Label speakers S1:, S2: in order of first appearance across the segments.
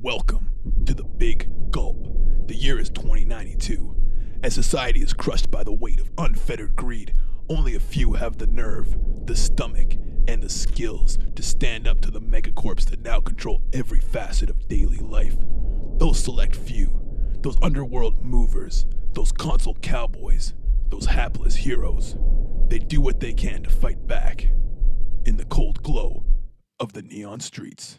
S1: Welcome to the Big Gulp. The year is 2092. As society is crushed by the weight of unfettered greed, only a few have the nerve, the stomach, and the skills to stand up to the megacorps that now control every facet of daily life. Those select few, those underworld movers, those console cowboys, those hapless heroes, they do what they can to fight back in the cold glow of the neon streets.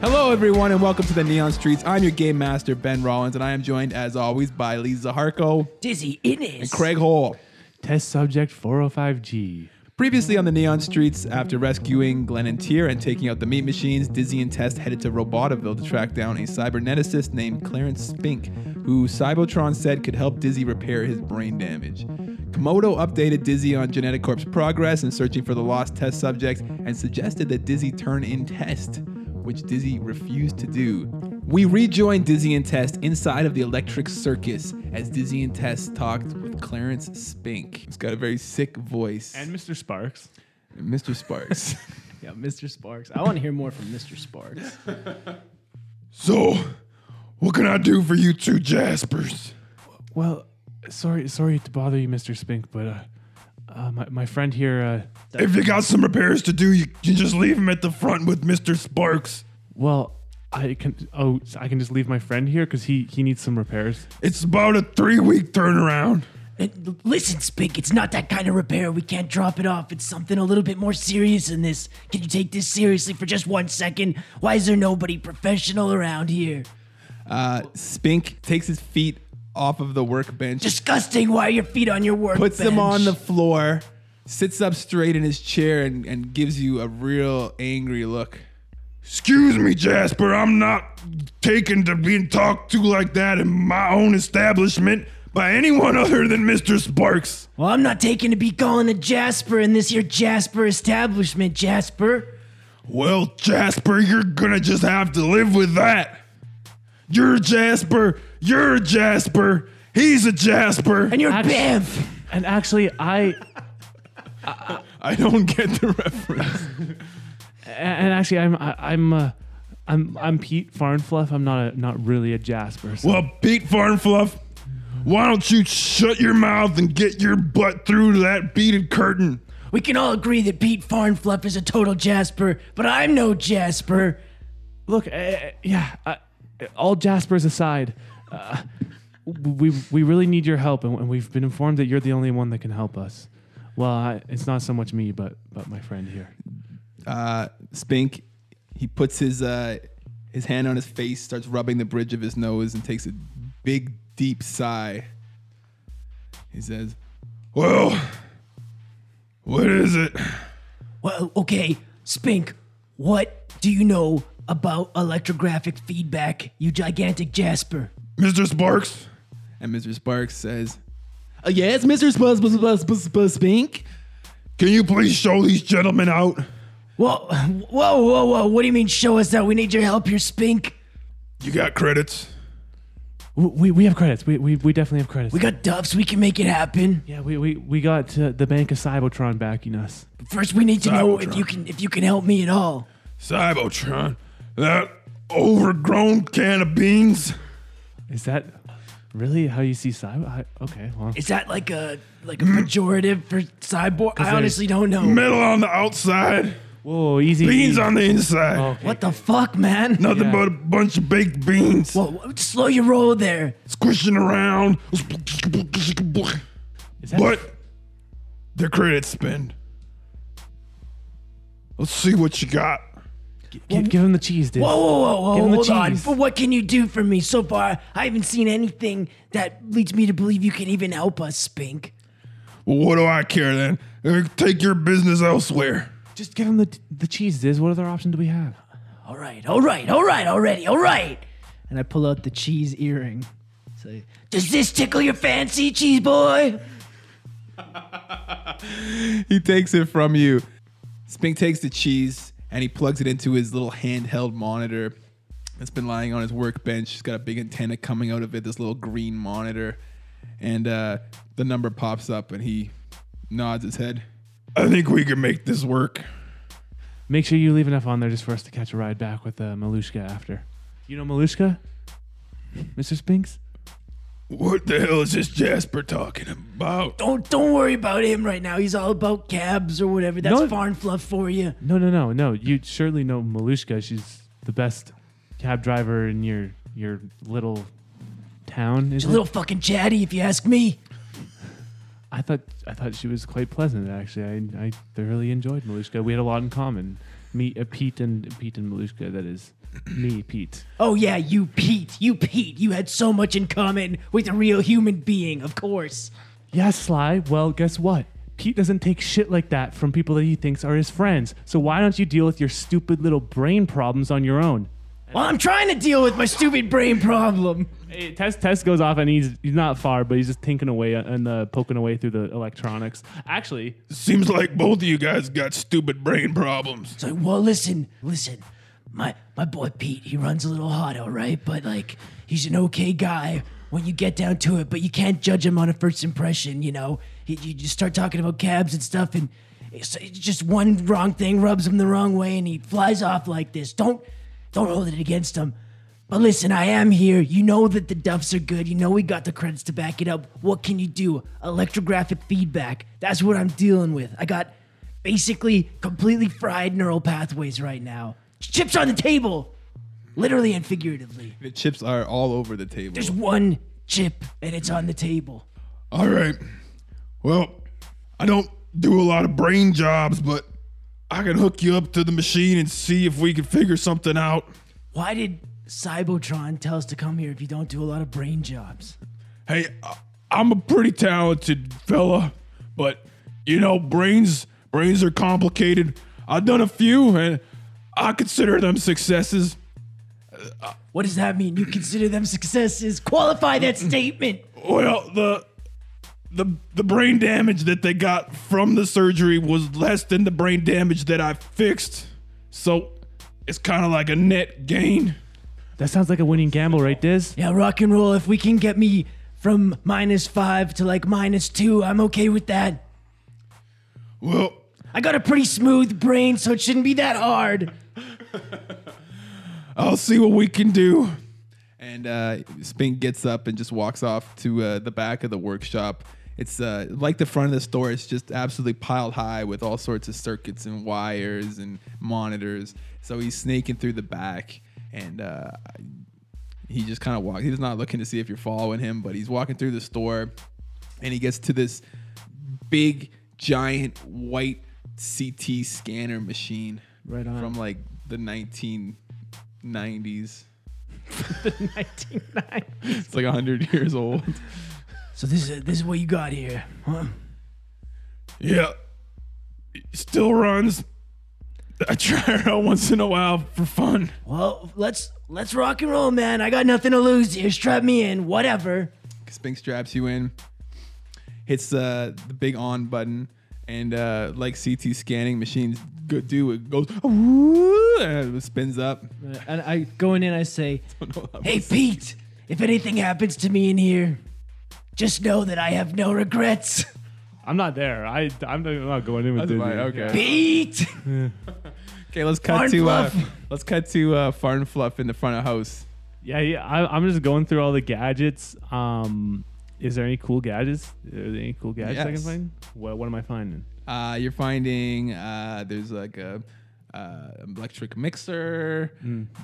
S2: Hello, everyone, and welcome to the Neon Streets. I'm your game master, Ben Rollins, and I am joined, as always, by Lee Zaharko,
S3: Dizzy Innes.
S2: Craig Hole.
S4: Test subject 405G.
S2: Previously on the Neon Streets, after rescuing Glenn and Tyr and taking out the meat machines, Dizzy and Test headed to Robotaville to track down a cyberneticist named Clarence Spink, who Cybotron said could help Dizzy repair his brain damage. Komodo updated Dizzy on Genetic Corp's progress in searching for the lost test subjects and suggested that Dizzy turn in Test, which Dizzy refused to do. We rejoin Dizzy and Test inside of the Electric Circus as Dizzy and Test talked with Clarence Spink. He's got a very sick voice.
S4: And Mr. Sparks.
S2: Mr. Sparks.
S3: Yeah, Mr. Sparks. I want to hear more from Mr. Sparks.
S1: So, what can I do for you two Jaspers?
S4: Well, sorry sorry to bother you, Mr. Spink, but uh, uh, my, my friend here, uh,
S1: If you got some repairs to do, you can just leave them at the front with Mr. Sparks.
S4: well, I can oh so I can just leave my friend here because he he needs some repairs.
S1: It's about a three week turnaround.
S3: And Uh, listen, Spink, it's not that kind of repair. We can't drop it off. It's something a little bit more serious than this. Can you take this seriously for just one second? Why is there nobody professional around here?
S2: Uh, Spink takes his feet off of the workbench,
S3: Disgusting. Why are your feet on your work?
S2: puts them on the floor, sits up straight in his chair, and, and gives you a real angry look.
S1: Excuse me, Jasper, I'm not taken to being talked to like that in my own establishment by anyone other than Mr. Sparks.
S3: Well, I'm not taking to be calling a Jasper in this here Jasper establishment, Jasper.
S1: Well, Jasper, you're gonna just have to live with that. You're Jasper, you're Jasper, he's a Jasper.
S3: And you're
S4: Actu-
S3: Biff.
S4: And actually, I
S2: I don't get the reference.
S4: and actually I'm I, I'm uh, I'm I'm Pete Farnfluff. I'm not a, not really a Jasper. So.
S1: Well, Pete Farnfluff, why don't you shut your mouth and get your butt through to that beaded curtain?
S3: We can all agree that Pete Farnfluff is a total Jasper, but I'm no Jasper.
S4: Look, uh, yeah, uh, all Jaspers aside, uh, we we really need your help, and, and we've been informed that you're the only one that can help us. Well, I, it's not so much me, but but my friend here.
S2: Uh, Spink, he puts his uh, his hand on his face, starts rubbing the bridge of his nose, and takes a big, deep sigh. He says,
S1: Well, what is it?
S3: Well, okay, Spink, what do you know about electrographic feedback, you gigantic Jasper?
S1: Mr. Sparks?
S2: and Mr. Sparks says, "Uh, "Yes, Mr. Spus, Spus, Spus, Spus, Spus, Spink."
S1: Can you please show these gentlemen out?
S3: Whoa, whoa, whoa, whoa, what do you mean show us out? We need your help here, Spink.
S1: You got credits?
S4: W- We, we have credits. We, we, we definitely have credits.
S3: We got duffs, we can make it happen.
S4: yeah, we, we, we got uh, the bank of Cybotron backing us.
S3: But first we need to know if
S1: Cybertron.
S3: you can if you can help me at all.
S1: Cybotron, that overgrown can of beans?
S4: Is that really how you see Cyber? I, okay, well,
S3: Is that like a like a pejorative for cyborg? I
S4: they-
S3: honestly don't know.
S1: Metal on the outside,
S4: whoa, easy.
S1: beans
S4: easy.
S1: on the inside.
S4: Okay.
S3: What the fuck, man?
S1: Nothing
S4: Yeah.
S1: but a bunch of baked beans
S3: Whoa, whoa, slow your roll there.
S1: squishing around.
S4: Is that-
S1: But their credits spend. Let's see what you got.
S4: Gi- give him the cheese, dude.
S3: Whoa, whoa, whoa, whoa,
S4: Give him the
S3: hold on.
S4: cheese.
S3: But what can you do for me so far? I haven't seen anything that leads me to believe you can even help us, Spink.
S1: Well, what do I care then? Uh, Take your business elsewhere.
S4: Just give him the the cheese, Diz. What other option do we have?
S3: All right, all right, all right, already, all right. And I pull out the cheese earring. Say, Does this tickle your fancy, cheese boy?
S2: He takes it from you. Spink takes the cheese and he plugs it into his little handheld monitor. It's been lying on his workbench. He's got a big antenna coming out of it, this little green monitor. And uh, the number pops up and he nods his head. I think we can make this work.
S4: Make sure you leave enough on there just for us to catch a ride back with uh, Malushka after. You know Malushka? Mr. Spinks?
S1: What the hell is this Jasper talking about?
S3: Don't don't worry about him right now. He's all about cabs or whatever. That's
S4: No.
S3: far and fluff for you.
S4: No, no, no, no. You surely know Malushka. She's the best cab driver in your your little town. Is
S3: She's
S4: it?
S3: a little fucking chatty, if you ask me.
S4: I thought I thought she was quite pleasant actually. I, I thoroughly enjoyed Malushka. We had a lot in common. Me, uh, Pete, and Pete and Malushka. That is me, Pete.
S3: Oh yeah, you Pete, you Pete. You had so much in common with a real human being, of course.
S4: Yes, Sly. Well, guess what? Pete doesn't take shit like that from people that he thinks are his friends. So why don't you deal with your stupid little brain problems on your own?
S3: Well, I'm trying to deal with my stupid brain problem.
S4: Hey, Tess, Tess goes off and he's he's not far, but he's just tinking away and uh, poking away through the electronics. Actually,
S1: Seems like both of you guys got stupid brain problems.
S3: It's like, well, listen, listen. My my boy Pete, he runs a little hot, all right, but like he's an okay guy when you get down to it. But you can't judge him on a first impression, you know. He, you just start talking about cabs and stuff, and it's, it's just one wrong thing rubs him the wrong way, and he flies off like this. Don't don't hold it against him. But listen, I am here. You know that the Duffs are good. You know we got the credits to back it up. What can you do? Electrographic feedback. That's what I'm dealing with. I got basically completely fried neural pathways right now. Chips on the table, literally and figuratively.
S2: The chips are all over the table.
S3: There's one chip, and it's on the table.
S1: All right. Well, I don't do a lot of brain jobs, but I can hook you up to the machine and see if we can figure something out.
S3: Why did Cybotron tell us to come here if you don't do a lot of brain jobs?
S1: Hey, I- I'm a pretty talented fella, but you know, brains brains are complicated. I've done a few and I consider them successes.
S3: What does that mean? You consider them successes? Qualify that statement.
S1: Well, the the the brain damage that they got from the surgery was less than the brain damage that I fixed. So it's kind of like a net gain.
S4: that sounds like a winning gamble, right, Diz?
S3: Yeah, rock and roll. If we can get me from minus five to like minus two, I'm okay with that.
S1: Well,
S3: I got a pretty smooth brain, so it shouldn't be that hard.
S1: I'll see what we can do.
S2: And uh, Spink gets up and just walks off to uh, the back of the workshop. It's uh, like the front of the store. It's just absolutely piled high with all sorts of circuits and wires and monitors. So he's snaking through the back, and uh, he just kind of walks. He's not looking to see if you're following him, but he's walking through the store, and he gets to this big, giant white CT scanner machine
S4: Right on.
S2: from like the 1990s.
S3: 1990.
S2: It's like 100 years old.
S3: So this is this is what you got here, huh?
S1: Yeah, it still runs. I try it out once in a while for fun.
S3: Well, Oh, let's let's rock and roll, man. I got nothing to lose here. Strap me in, whatever.
S2: Spink straps you in, hits uh, the big on button, and uh, like CT scanning machines go- do, it goes, "Woo," and it spins up.
S5: And I going in, I say,
S3: Hey, Pete. If anything happens to me in here, just know that I have no regrets.
S4: I'm not there. I I'm not- I'm not going in with
S2: That's
S4: Dizzy.
S2: fine, okay.
S3: Pete.
S2: Okay, let's cut
S3: Farn
S2: to uh,
S3: Fluff.
S2: let's cut to uh, Farn Fluff in the front of house.
S4: Yeah, yeah. I, I'm just going through all the gadgets. Um, is there any cool gadgets? Are there any cool gadgets I can
S2: Yes.
S4: find? What, what am I finding?
S2: Uh, you're finding uh, there's like a uh, electric mixer.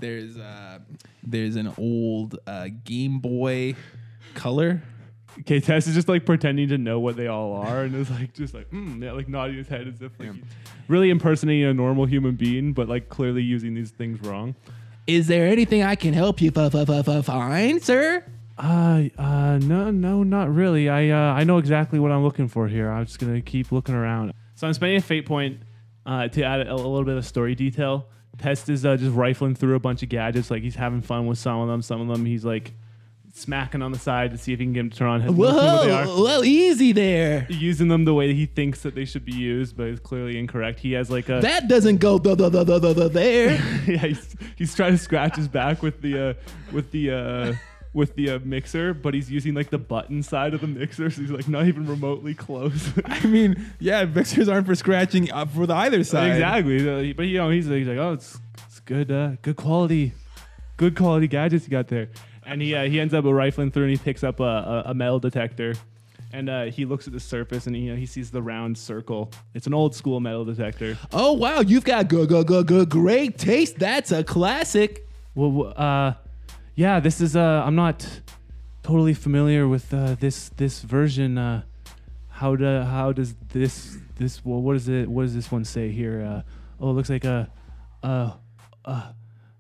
S2: There's uh, there's an old uh, Game Boy Color.
S4: Okay, Tess is just like pretending to know what they all are, and is like just like mm, yeah, like nodding his head as if like he's really impersonating a normal human being, but like clearly using these things wrong.
S2: Is there anything I can help you f- f- f- f- find, sir?
S4: Uh, uh, no, no, not really. I, uh, I know exactly what I'm looking for here. I'm just gonna keep looking around. So I'm spending a fate point uh, to add a, a little bit of story detail. Test is uh, just rifling through a bunch of gadgets. Like he's having fun with some of them. Some of them he's like smacking on the side to see if he can get him to turn on.
S6: Whoa,
S4: Who they are.
S6: well, easy there.
S4: Using them the way that he thinks that they should be used, but is clearly incorrect. He has like a
S6: That doesn't go the the the the the the there.
S4: yeah, he's, he's trying to scratch his back with the uh, with the uh, with the uh, mixer, but he's using like the button side of the mixer, so he's like not even remotely close.
S2: I mean, yeah, mixers aren't for scratching uh, for the either side.
S4: exactly, Uh, he- but you know he's, like- he's like, oh, it's it's good, uh, good quality, good quality gadgets you got there, and he uh, he ends up rifling through and he picks up a, a, a metal detector. And uh, he looks at the surface, and you know, he sees the round circle. It's an old school metal detector.
S6: Oh wow, you've got good good good good great taste. That's a classic.
S4: Well, uh, yeah, this is. Uh, I'm not totally familiar with uh, this this version. Uh, how do how does this this well, what is it? What does this one say here? Uh, oh, it looks like a, a, a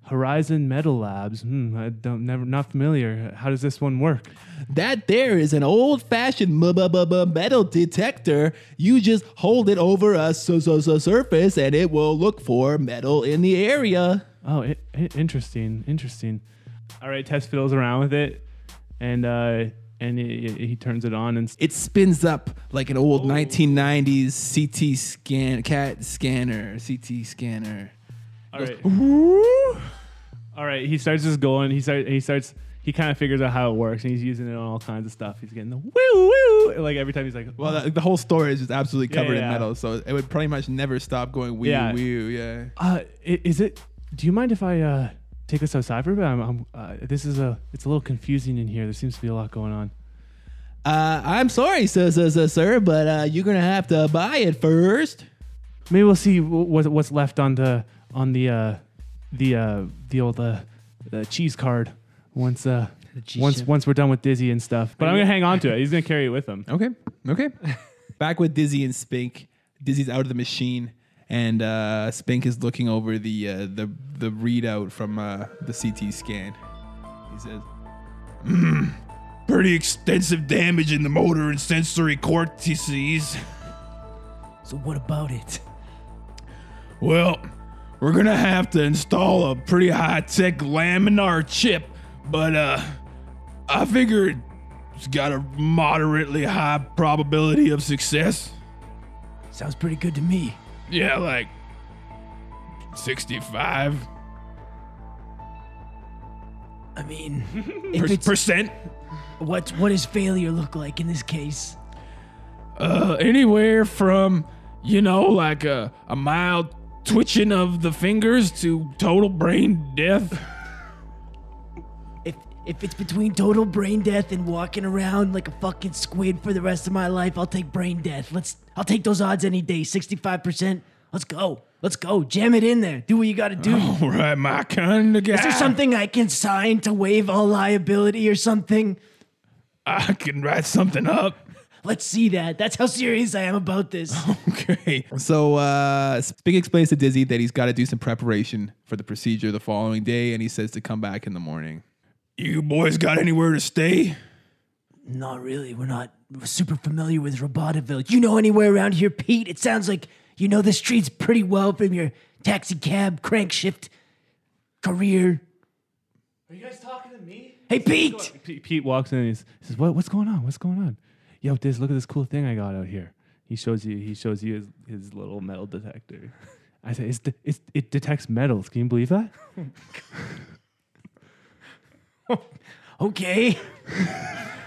S4: Horizon Metal Labs. Hmm, I don't never not familiar. How does this one work?
S6: That there is an old fashioned metal detector. You just hold it over a su- su- su- surface and it will look for metal in the area.
S4: Oh, i i interesting, interesting. All right, Tess fiddles around with it, and uh, and he, he- he turns it on and s-
S2: It spins up like an old 1990s CT scan cat scanner, CT scanner.
S4: All right. all right. He starts just going. He starts. He starts. He kind of figures out how it works, and he's using it on all kinds of stuff. He's getting the woo woo. Like every time he's like,
S2: Well, that, the whole story is just absolutely
S4: Yeah,
S2: covered
S4: yeah.
S2: in metal, so it would pretty much never stop going wee
S4: Yeah.
S2: wee. Yeah.
S4: uh, i- is it? Do you mind if I uh, take this outside for a bit? I'm, I'm, uh, this is a. It's a little confusing in here. There seems to be a lot going on.
S6: Uh, I'm sorry, sir, sir, sir, sir but uh, you're gonna have to buy it first.
S4: Maybe we'll see what, what's left on the on the uh, the uh, the old uh, uh, cheese card once uh, once
S5: chip.
S4: once we're done with Dizzy and stuff. But I'm gonna hang on to it. He's gonna carry it with him.
S2: Okay. Okay. Back with Dizzy and Spink. Dizzy's out of the machine, and uh, Spink is looking over the uh, the the readout from uh, the CT scan. He says,
S1: Pretty extensive damage in the motor and sensory cortices.
S3: So what about it?
S1: Well, we're gonna have to install a pretty high-tech laminar chip, but uh, I figure it's got a moderately high probability of success.
S3: Sounds pretty good to me.
S1: Yeah, like 65
S3: I mean,
S1: per-
S3: if it's,
S1: percent.
S3: what what does failure look like in this case?
S1: Uh, anywhere from, you know, like a, a mild twitching of the fingers to total brain death.
S3: If if it's between total brain death and walking around like a fucking squid for the rest of my life, I'll take brain death. Let's I'll take those odds any day. Sixty five percent. Let's go. Let's go. Jam it in there. Do what you gotta do.
S1: All right, my kind of guy.
S3: Is there something I can sign to waive all liability or something?
S1: I can write something up.
S3: Let's see that. That's how serious I am about this.
S1: Okay.
S2: So uh, Spink explains to Dizzy that he's got to do some preparation for the procedure the following day, and he says to come back in the morning.
S1: You boys got anywhere to stay?
S3: Not really. We're not super familiar with Robotoville. You know anywhere around here, Pete? It sounds like you know the streets pretty well from your taxi cab crankshift career.
S4: Are you guys talking to me?
S3: Hey, Pete!
S4: P- Pete walks in and he's, he says, "What? What's going on? What's going on? Yo, Diz, look at this cool thing I got out here." He shows you. He shows you his, his little metal detector. I say, it's, de- it's, "It detects metals. Can you believe that?"
S3: Okay.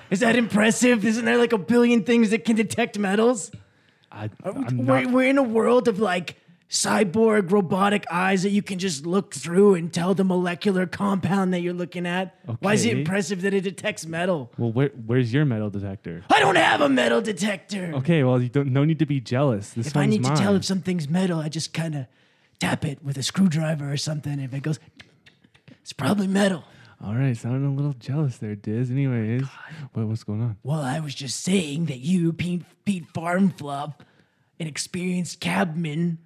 S3: Is that impressive? Isn't there like a billion things that can detect metals?
S4: I,
S3: We're,
S4: I'm not.
S3: we're in a world of like cyborg robotic eyes that you can just look through and tell the molecular compound that you're looking at. Why is it
S4: Okay.
S3: impressive that it detects metal?
S4: Well, where, where's your metal detector?
S3: I don't have a metal detector.
S4: Okay, well, you don't. No need to be jealous. This
S3: If
S4: one's
S3: I need
S4: mine.
S3: to tell if something's metal, I just kind of tap it with a screwdriver or something. If it goes, it's probably metal.
S4: All right, sounding a little jealous there, Diz. Anyways, what, what's going on?
S3: Well, I was just saying that you, Pete, Pete Farmflop, an experienced cabman,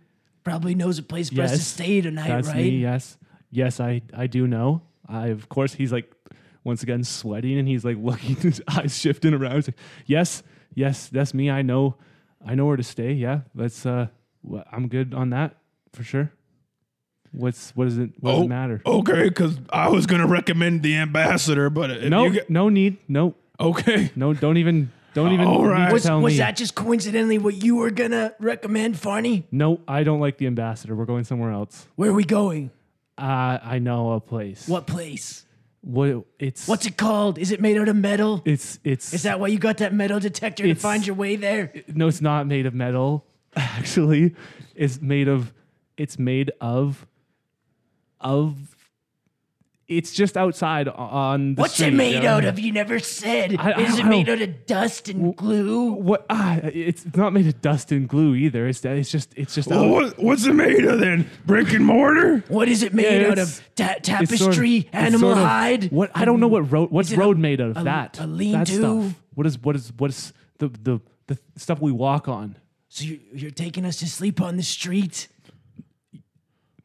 S3: probably knows a place for us to
S4: Yes,
S3: stay tonight,
S4: That's
S3: right?
S4: me. Yes, yes, I I do know. I of course he's like once again sweating and he's like looking, his eyes shifting around. He's like, yes, yes, that's me. I know, I know where to stay. Yeah, let's. uh wh- I'm good on that for sure. What's what does it what
S1: Oh.
S4: does it matter?
S1: Okay, because I was gonna recommend the ambassador, but if
S4: no,
S1: you get-
S4: no need. No,
S1: okay,
S4: no. Don't even. Don't even.
S1: All
S4: need to
S1: right.
S3: Was,
S4: tell
S3: was
S4: me.
S3: that just coincidentally what you were gonna recommend, Farney?
S4: No, I don't like the ambassador. We're going somewhere else.
S3: Where are we going?
S4: Uh, I know a place.
S3: What place?
S4: What? It's
S3: What's it called? Is it made out of metal?
S4: It's it's.
S3: Is that why you got that metal detector to
S4: It's-
S3: find your way there?
S4: no? It's not made of metal. Actually, it's made of. It's made of. Of. It's just outside on the
S3: What's it
S4: street,
S3: made
S4: yeah.
S3: out of? You never said.
S4: I- I
S3: Is it
S4: don't-
S3: made out of dust and glue?
S4: What? Ah, it's not made of dust and glue either. It's it's just it's just.
S3: Oh,
S1: well,
S4: out-
S1: what, what's it made of then? Brick and mortar?
S3: What is it made out
S4: it's-
S3: of? Ta-
S4: It's sort of-
S3: tapestry,
S4: it's
S3: animal
S4: sort of-
S3: hide.
S4: What I don't know what road. What's
S3: Is it a-
S4: road made out of
S3: a-
S4: that?
S3: a
S4: that
S3: lean-to?
S4: stuff. What is what is what is the the the stuff we walk on?
S3: So you, you're taking us to sleep on the street?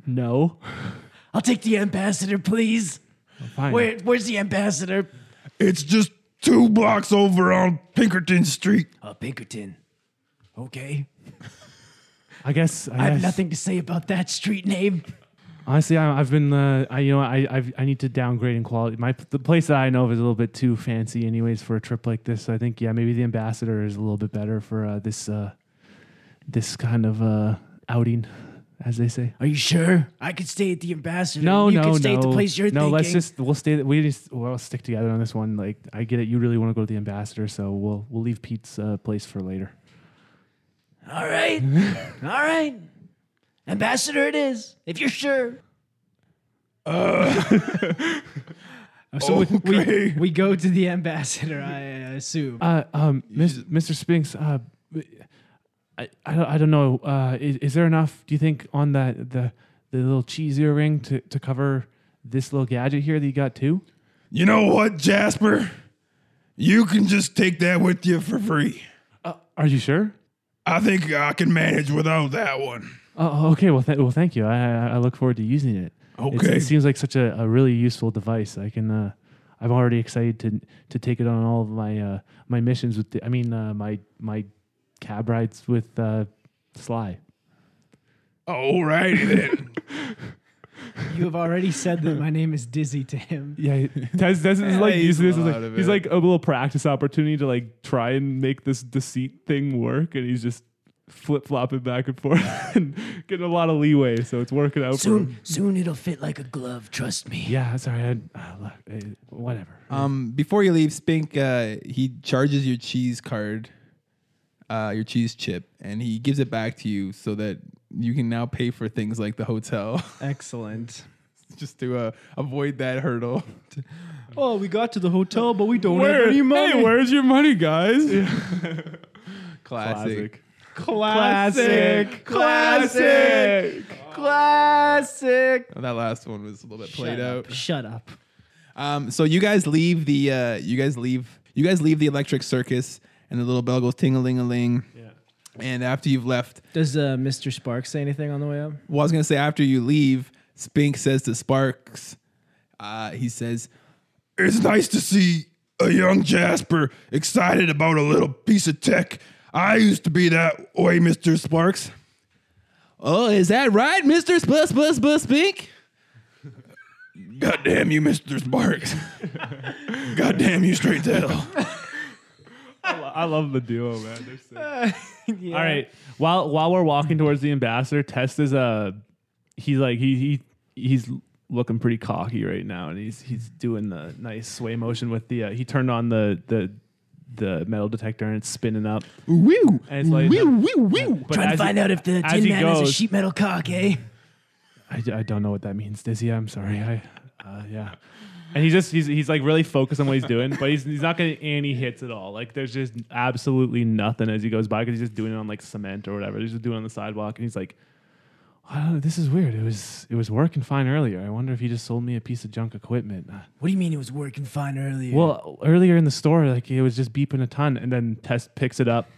S4: No,
S3: I'll take the ambassador, please.
S4: fine.
S3: Where, where's the ambassador?
S1: It's just two blocks over on Pinkerton Street.
S3: Uh, Pinkerton. Okay.
S4: I guess I,
S3: I have
S4: guess-
S3: nothing to say about that street name.
S4: Honestly, I, I've been uh, I you know I I've, I need to downgrade in quality. My the place that I know of is a little bit too fancy, anyways, for a trip like this. So I think yeah, maybe the ambassador is a little bit better for uh, this uh, this kind of uh, outing, as they say.
S3: Are you sure? I could stay at the ambassador.
S4: No,
S3: you
S4: no,
S3: could stay
S4: no.
S3: at the place you're
S4: no,
S3: thinking.
S4: let's just we'll stay. We just we'll stick together on this one. Like I get it, you really want to go to the ambassador, so we'll we'll leave Pete's uh, place for later.
S3: All right. All right. Ambassador it is, if you're sure.
S5: Uh. So we- we,
S1: Okay.
S5: we, go to the ambassador, I uh, assume.
S4: Uh, um, Mis- Mr. Spinks, uh, I, I don't I don't know. Uh, is, is there enough? Do you think on that the the little cheese earring to to cover this little gadget here that you got too?
S1: You know what, Jasper? You can just take that with you for free.
S4: Are you sure?
S1: I think I can manage without that one.
S4: Oh, okay. Well, th- well, thank you. I, I I look forward to using it. It's-
S1: Okay.
S4: it seems like such a, a really useful device. I can. Uh, I'm already excited to to take it on all of my uh, my missions with. The, I mean, uh, my my cab rides with uh, Sly.
S1: Alrighty then.
S5: you have already said that my name is Dizzy to him.
S4: Yeah, Tez, Tez is like
S2: he's
S4: using this. As
S2: out
S4: like,
S2: of
S4: he's
S2: it.
S4: like a little practice opportunity to like try and make this deceit thing work, and he's just flip flopping back and forth and getting a lot of leeway. So it's working out for him.
S3: Soon, soon it'll fit like a glove, trust me.
S4: Yeah, sorry. I, uh, look, uh, whatever.
S2: Um, before you leave, Spink, uh, he charges your cheese card, uh, your cheese chip, and he gives it back to you so that you can now pay for things like the hotel,
S5: Excellent.
S2: just to uh, avoid that hurdle.
S5: Oh, we got to the hotel, but we don't have any
S4: hey,
S5: money.
S4: where's your money, guys?
S2: Classic.
S5: Classic. Classic. Classic.
S2: That last one was a little bit played out.
S5: Shut up.
S2: Um, so you guys leave the uh, you guys leave you guys leave the electric circus, and the little bell goes ting a ling a ling. And after you've left,
S5: Does uh, Mr. Sparks say anything on the way up?
S2: Well, I was gonna say after you leave, Spink says to Sparks, uh, he says,
S1: It's nice to see a young Jasper excited about a little piece of tech. I used to be that way, Mr. Sparks.
S2: "Oh, is that right, Mister Spus Spus Spus Spink?"
S1: Goddamn you, Mr. Sparks. Goddamn you straight to hell.
S4: I love the duo, man. They're sick. All right. While while we're walking towards the ambassador, Test is uh he's like he he he's looking pretty cocky right now, and he's he's doing the nice sway motion with the uh, he turned on the the the metal detector and it's spinning up.
S2: Woo,
S4: And it's like-
S2: woo, woo, woo.
S4: But
S3: Trying to
S4: as he-
S3: find out if the
S4: as
S3: Tin
S4: he
S3: Man has a
S4: goes-
S3: sheet metal cock, eh?
S4: I, I don't know what that means, Dizzy. I'm sorry. I uh, yeah. And he's just he's he's like really focused on what he's doing, but he's he's not getting any hits at all. Like there's just absolutely nothing as he goes by because he's just doing it on like cement or whatever. He's just doing it on the sidewalk, and he's like, I don't know, this is weird. It was it was working fine earlier. I wonder if he just sold me a piece of junk equipment. Uh,
S3: What do you mean it was working fine earlier?
S4: Well, earlier in the store, like it was just beeping a ton, and then Tess picks it up,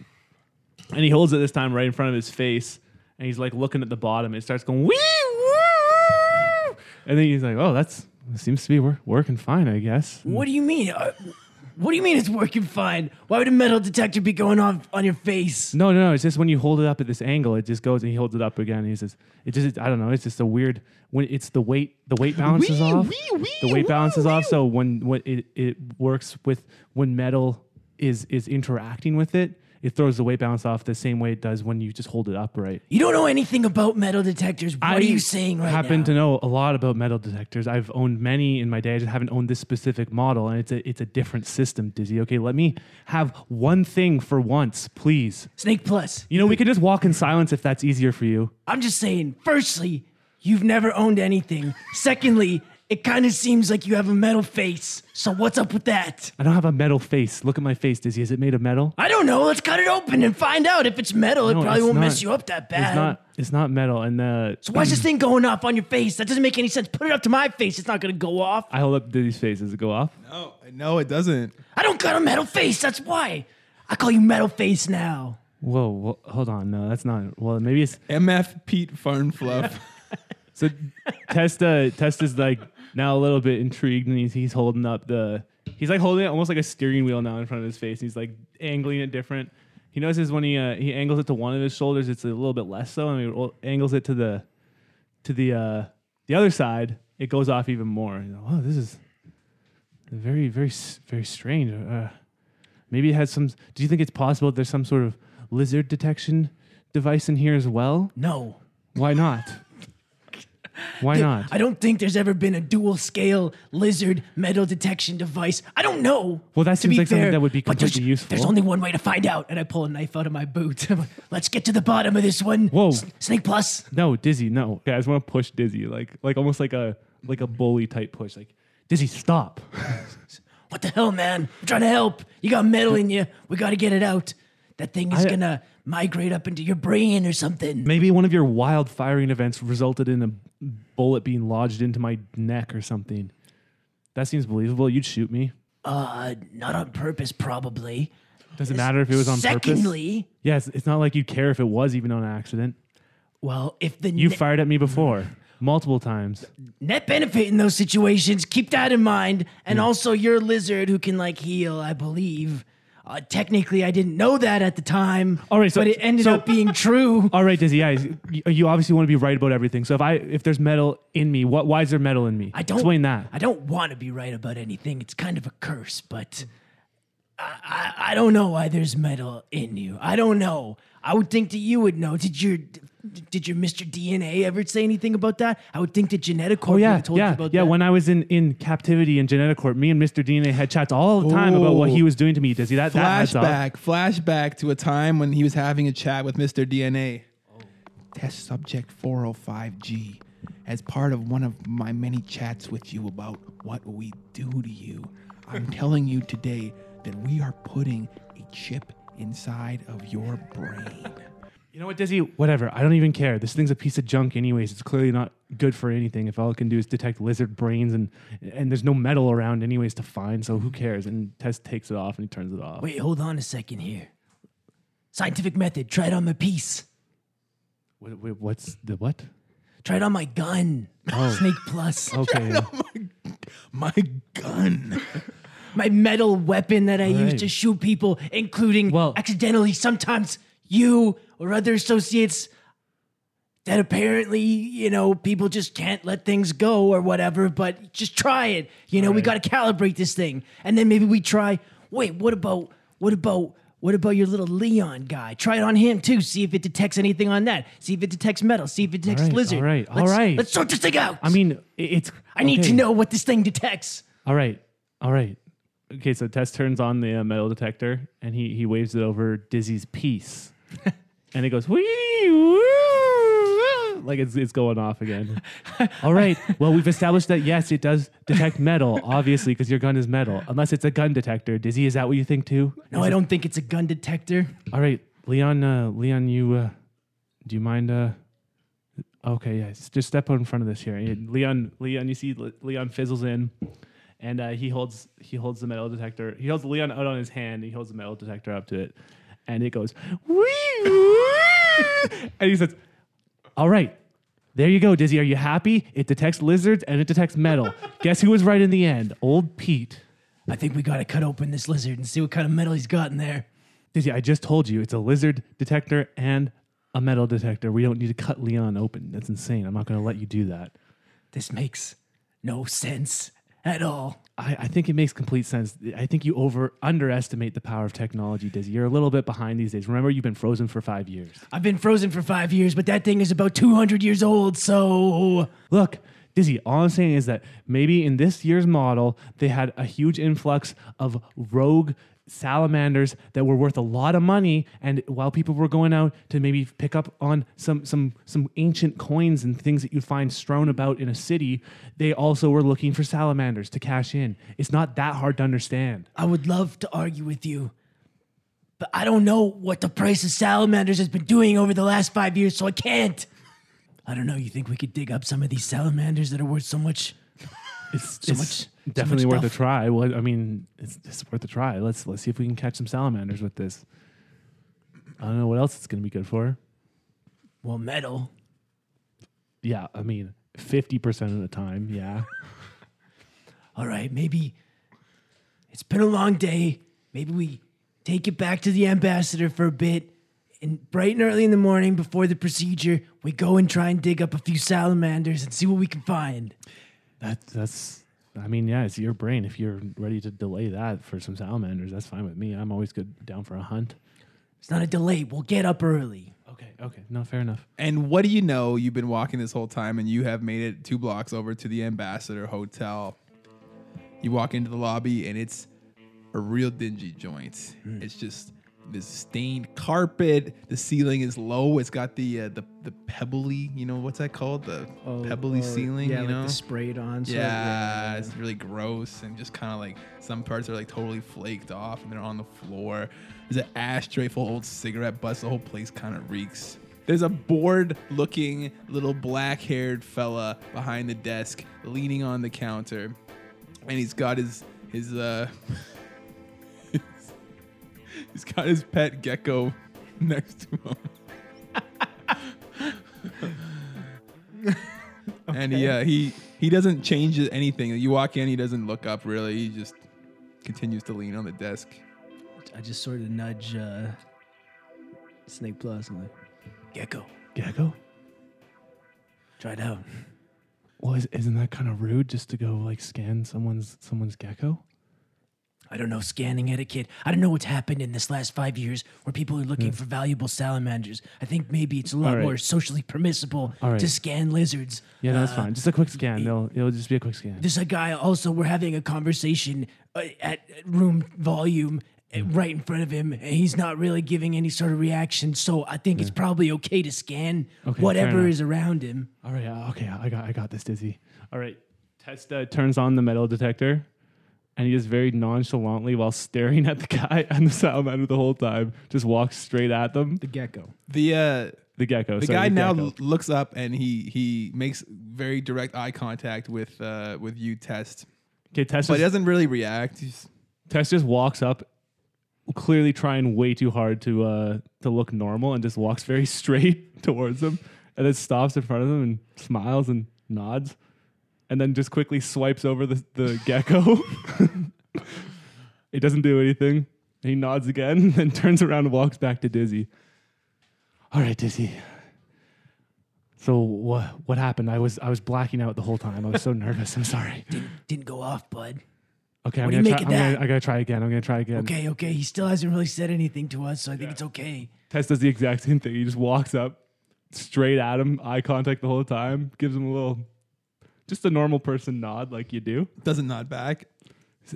S4: and he holds it this time right in front of his face, and he's like looking at the bottom. It starts going wee woo, and then he's like, "Oh, that's seems to be wor- working fine, I guess."
S3: what do you mean? Uh, What do you mean it's working fine? Why would a metal detector be going off on your face?
S4: No, no, no. It's just when you hold it up at this angle, it just goes and he holds it up again. And he says, "It just, I don't know. It's just a weird when it's the weight, the weight balance is
S6: Wee,
S4: off.
S6: wee, wee,
S4: the weight balance is
S6: woo,
S4: off. So when when it, it works with when metal is is interacting with it, it throws the weight balance off the same way it does when you just hold it upright.
S3: You don't know anything about metal detectors. What are you saying right
S4: happen
S3: now?
S4: to know a lot about metal detectors. I've owned many in my day. I just haven't owned this specific model, and it's a it's a different system, Dizzy. Okay, let me have one thing for once, please.
S3: Snake Plus.
S4: You know, we could just walk in silence if that's easier for you.
S3: I'm just saying, firstly, you've never owned anything. Secondly, it kind of seems like you have a metal face. So what's up with that?
S4: I don't have a metal face. Look at my face, Dizzy. Is it made of metal?
S3: I don't know. Let's cut it open and find out. If it's metal,
S4: No,
S3: it probably
S4: it's
S3: won't
S4: not.
S3: mess you up that bad.
S4: It's not. It's not metal. And uh,
S3: So why is this thing going off on your face? That doesn't make any sense. Put it up to my face. It's not going to go off.
S4: I hold up Dizzy's face. Does it go off?
S2: Oh, no, it doesn't.
S3: I don't got a metal face. That's why. I call you metal face now.
S4: Whoa, whoa, hold on. No, that's not. Well, maybe it's
S2: MF Pete Farnfluff.
S4: so. Testa, Testa's like now a little bit intrigued, and he's he's holding up the. He's like holding it almost like a steering wheel now in front of his face. He's like angling it different. He notices when he uh, he angles it to one of his shoulders, it's a little bit less so, and he ro- angles it to the to the uh, the other side. It goes off even more. You know, oh, this is very very s- very strange. Uh, maybe it has some. Do you think it's possible there's some sort of lizard detection device in here as well?
S3: No.
S4: Why not? Why not?
S3: I don't think there's ever been a dual scale lizard metal detection device. I don't know.
S4: Well, that
S3: to
S4: seems
S3: be
S4: like something
S3: fair,
S4: that would be
S3: but there's-
S4: completely useful.
S3: There's only one way to find out. And I pull a knife out of my boot. I'm like, Let's get to the bottom of this one.
S4: Whoa.
S3: Snake Plus.
S4: No, Dizzy, no. Okay, I just want to push Dizzy, like like almost like a like a bully type push. Like Dizzy, stop.
S3: What the hell, man? I'm trying to help. You got metal in you. We got to get it out. That thing is
S4: I-
S3: going to migrate up into your brain or something.
S4: Maybe one of your wild firing events resulted in a bullet being lodged into my neck or something. That seems believable. You'd shoot me.
S3: Uh, not on purpose, probably.
S4: Doesn't matter if it was on purpose.
S3: Secondly,
S4: Yes, it's not like you'd care if it was even on accident.
S3: well, if the
S4: You
S3: ne-
S4: fired at me before multiple times.
S3: net benefit in those situations, keep that in mind.
S4: Hmm.
S3: And also, your lizard who can like heal, I believe. Uh, technically, I didn't know that at the time.
S4: All right, so-
S3: but it ended
S4: so-
S3: up being true.
S4: All right, Dizzy. Yeah, you- you obviously want to be right about everything. So if I if there's metal in me, what why is there metal in me?
S3: I don't
S4: explain that.
S3: I don't want to be right about anything. It's kind of a curse, but I, I, I don't know why there's metal in you. I don't know. I would think that you would know. Did your did your Mr. DNA ever say anything about that? I would think that genetic
S4: Oh yeah,
S3: told you
S4: yeah,
S3: about
S4: yeah.
S3: that.
S4: When I was in, in captivity in genetic court, me and Mr. DNA had chats all the time about what
S2: Oh.
S4: he was doing to me. Dizzy, that that adds up.
S2: flashback, flashback to a time when he was having a chat with Mr. DNA. Test subject 405G. As part of one of my many chats with you about what we do to you, I'm telling you today that we are putting a chip inside of your brain.
S4: You know what, Dizzy? Whatever. I don't even care. This thing's a piece of junk, anyways. It's clearly not good for anything. If all it can do is detect lizard brains, and and there's no metal around, anyways, to find. So who cares? And Tess takes it off and he turns it off.
S3: Wait, hold on a second here. Scientific method. Try it on my piece.
S4: Wait, wait, what's the what?
S3: Try it on my gun. Snake Plus.
S4: Okay.
S2: My gun.
S3: My metal weapon that I use
S4: right.
S3: to shoot people, including
S4: Well-
S3: accidentally sometimes you or other associates that apparently, you know, people just can't let things go or whatever, but just try it. You know, we got to calibrate this thing. And then maybe we try, wait, what about, what about, what about your little Leon guy? Try it on him too. See if it detects anything on that. See if it detects metal. See if it detects
S4: right,
S3: lizard.
S4: all right, all
S3: let's,
S4: right.
S3: Let's sort this thing out.
S4: I mean, i- it's.
S3: I need to
S4: okay.
S3: know what this thing detects.
S4: All right. All right. Okay, so Tess turns on the uh, metal detector and he, he waves it over Dizzy's piece. and it goes, wee, woo, like it's, it's going off again. All right. Well, we've established that yes, it does detect metal, obviously, because your gun is metal, unless it's a gun detector. Dizzy, is that what you think too?
S3: No, I don't think it's a gun detector.
S4: All right, Leon, uh, Leon, you, uh, do you mind? Uh, okay, yeah, s- just step out in front of this here. Yeah, Leon, Leon, you see Le- Leon fizzles in, and uh, he holds he holds the metal detector. He holds Leon out on his hand. And he holds the metal detector up to it, and it goes, "Wee, wee," and he says, "All right." There you go, Dizzy. Are you happy? It detects lizards and it detects metal. Guess who was right in the end? Old Pete.
S3: I think we gotta cut open this lizard and see what kind of metal he's got in there.
S4: Dizzy, I just told you it's a lizard detector and a metal detector. We don't need to cut Leon open. That's insane. I'm not going to let you do that.
S3: This makes no sense at all.
S4: I, I think it makes complete sense. I think you over underestimate the power of technology, Dizzy. You're a little bit behind these days. Remember, you've been frozen for five years.
S3: I've been frozen for five years, but that thing is about 200 years old, so.
S4: Look, Dizzy, all I'm saying is that maybe in this year's model, they had a huge influx of rogue salamanders that were worth a lot of money and while people were going out to maybe pick up on some some some ancient coins and things that you'd find strewn about in a city they also were looking for salamanders to cash in it's not that hard to understand
S3: I would love to argue with you, but I don't know what the price of salamanders has been doing over the last five years, so I can't. I don't know. You think we could dig up some of these salamanders that are worth so much?
S4: it's,
S3: So
S4: it's
S3: much- so
S4: definitely
S3: much
S4: worth a
S3: stuff.
S4: try well i mean it's, it's worth a try let's let's see if we can catch some salamanders with this i don't know what else it's going to be good for
S3: Well, metal.
S4: yeah i mean 50% of the time yeah
S3: All right, maybe it's been a long day. Maybe we take it back to the ambassador for a bit. And bright and early in the morning before the procedure, we go and try and dig up a few salamanders and see what we can find.
S4: That that's I mean, yeah, it's your brain. If you're ready to delay that for some salamanders, that's fine with me. I'm always good down for a hunt.
S3: It's not a delay. We'll get up early.
S4: Okay, okay. No, fair enough.
S2: And what do you know? You've been walking this whole time and you have made it two blocks over to the Ambassador Hotel. You walk into the lobby and it's a real dingy joint.
S5: Hmm.
S2: It's just this stained carpet. The ceiling is low. It's got the uh, the the pebbly, you know, what's that called? The pebbly ceiling,
S5: Oh, Yeah,
S2: you
S5: like
S2: know?
S5: the sprayed on. sort of-
S2: yeah, it's really gross and just kind of like some parts are like totally flaked off and they're on the floor. There's an ashtray full of old cigarette butts. The whole place kind of reeks. There's a bored looking little black haired fella behind the desk leaning on the counter and he's got his, his, uh, he's got his pet gecko next to him. And yeah, he he doesn't change anything. You walk in, he doesn't look up really. He just continues to lean on the desk.
S5: I just sort of nudge uh, Snake Plus. I'm like,
S3: Gecko,
S4: Gecko?
S3: try it out.
S4: Well, is, isn't that kind of rude just to go like scan someone's someone's gecko?
S3: I don't know scanning etiquette. I don't know what's happened in this last five years where people are looking for valuable salamanders. I think maybe it's a lot
S4: Hmm. All right.
S3: more socially permissible
S4: All right.
S3: to scan lizards.
S4: Yeah, no, that's
S3: Uh,
S4: fine. Just a quick scan. They'll it'll just be a quick scan.
S3: This guy also we're having a conversation uh, at at room volume uh,
S4: Hmm.
S3: right in front of him, and he's not really giving any sort of reaction. So I think it's probably okay to scan
S4: Okay, fair
S3: whatever
S4: enough.
S3: is around him.
S4: All right, uh, okay, I got I got this dizzy. All right. Testa turns on the metal detector and he just very nonchalantly while staring at the guy and the salamander the whole time, just walks straight at them.
S5: the gecko.
S2: The uh
S4: The gecko.
S2: the
S4: sorry,
S2: guy now
S4: gecko.
S2: l- looks up and he he makes very direct eye contact with uh with you test.
S4: Okay, Tess
S2: But he
S4: just,
S2: doesn't really react. He's
S4: Tess just walks up, clearly trying way too hard to uh, to look normal, and just walks very straight towards him, and then stops in front of him and smiles and nods, and then just quickly swipes over the the gecko. it doesn't do anything. He nods again, then turns around and walks back to Dizzy. All right, Dizzy. So what what happened? I was I was blacking out the whole time. I was so nervous. I'm sorry.
S3: Didn't didn't go off, bud.
S4: Okay, I'm
S3: What do you
S4: gonna, try,
S3: make
S4: I'm
S3: of that?
S4: gonna I gotta try again. I'm gonna try again.
S3: Okay, okay. He still hasn't really said anything to us, so I think it's okay.
S4: Tess does the exact same thing. He just walks up straight at him, eye contact the whole time, gives him a little, just a normal person nod like you do.
S2: doesn't nod back.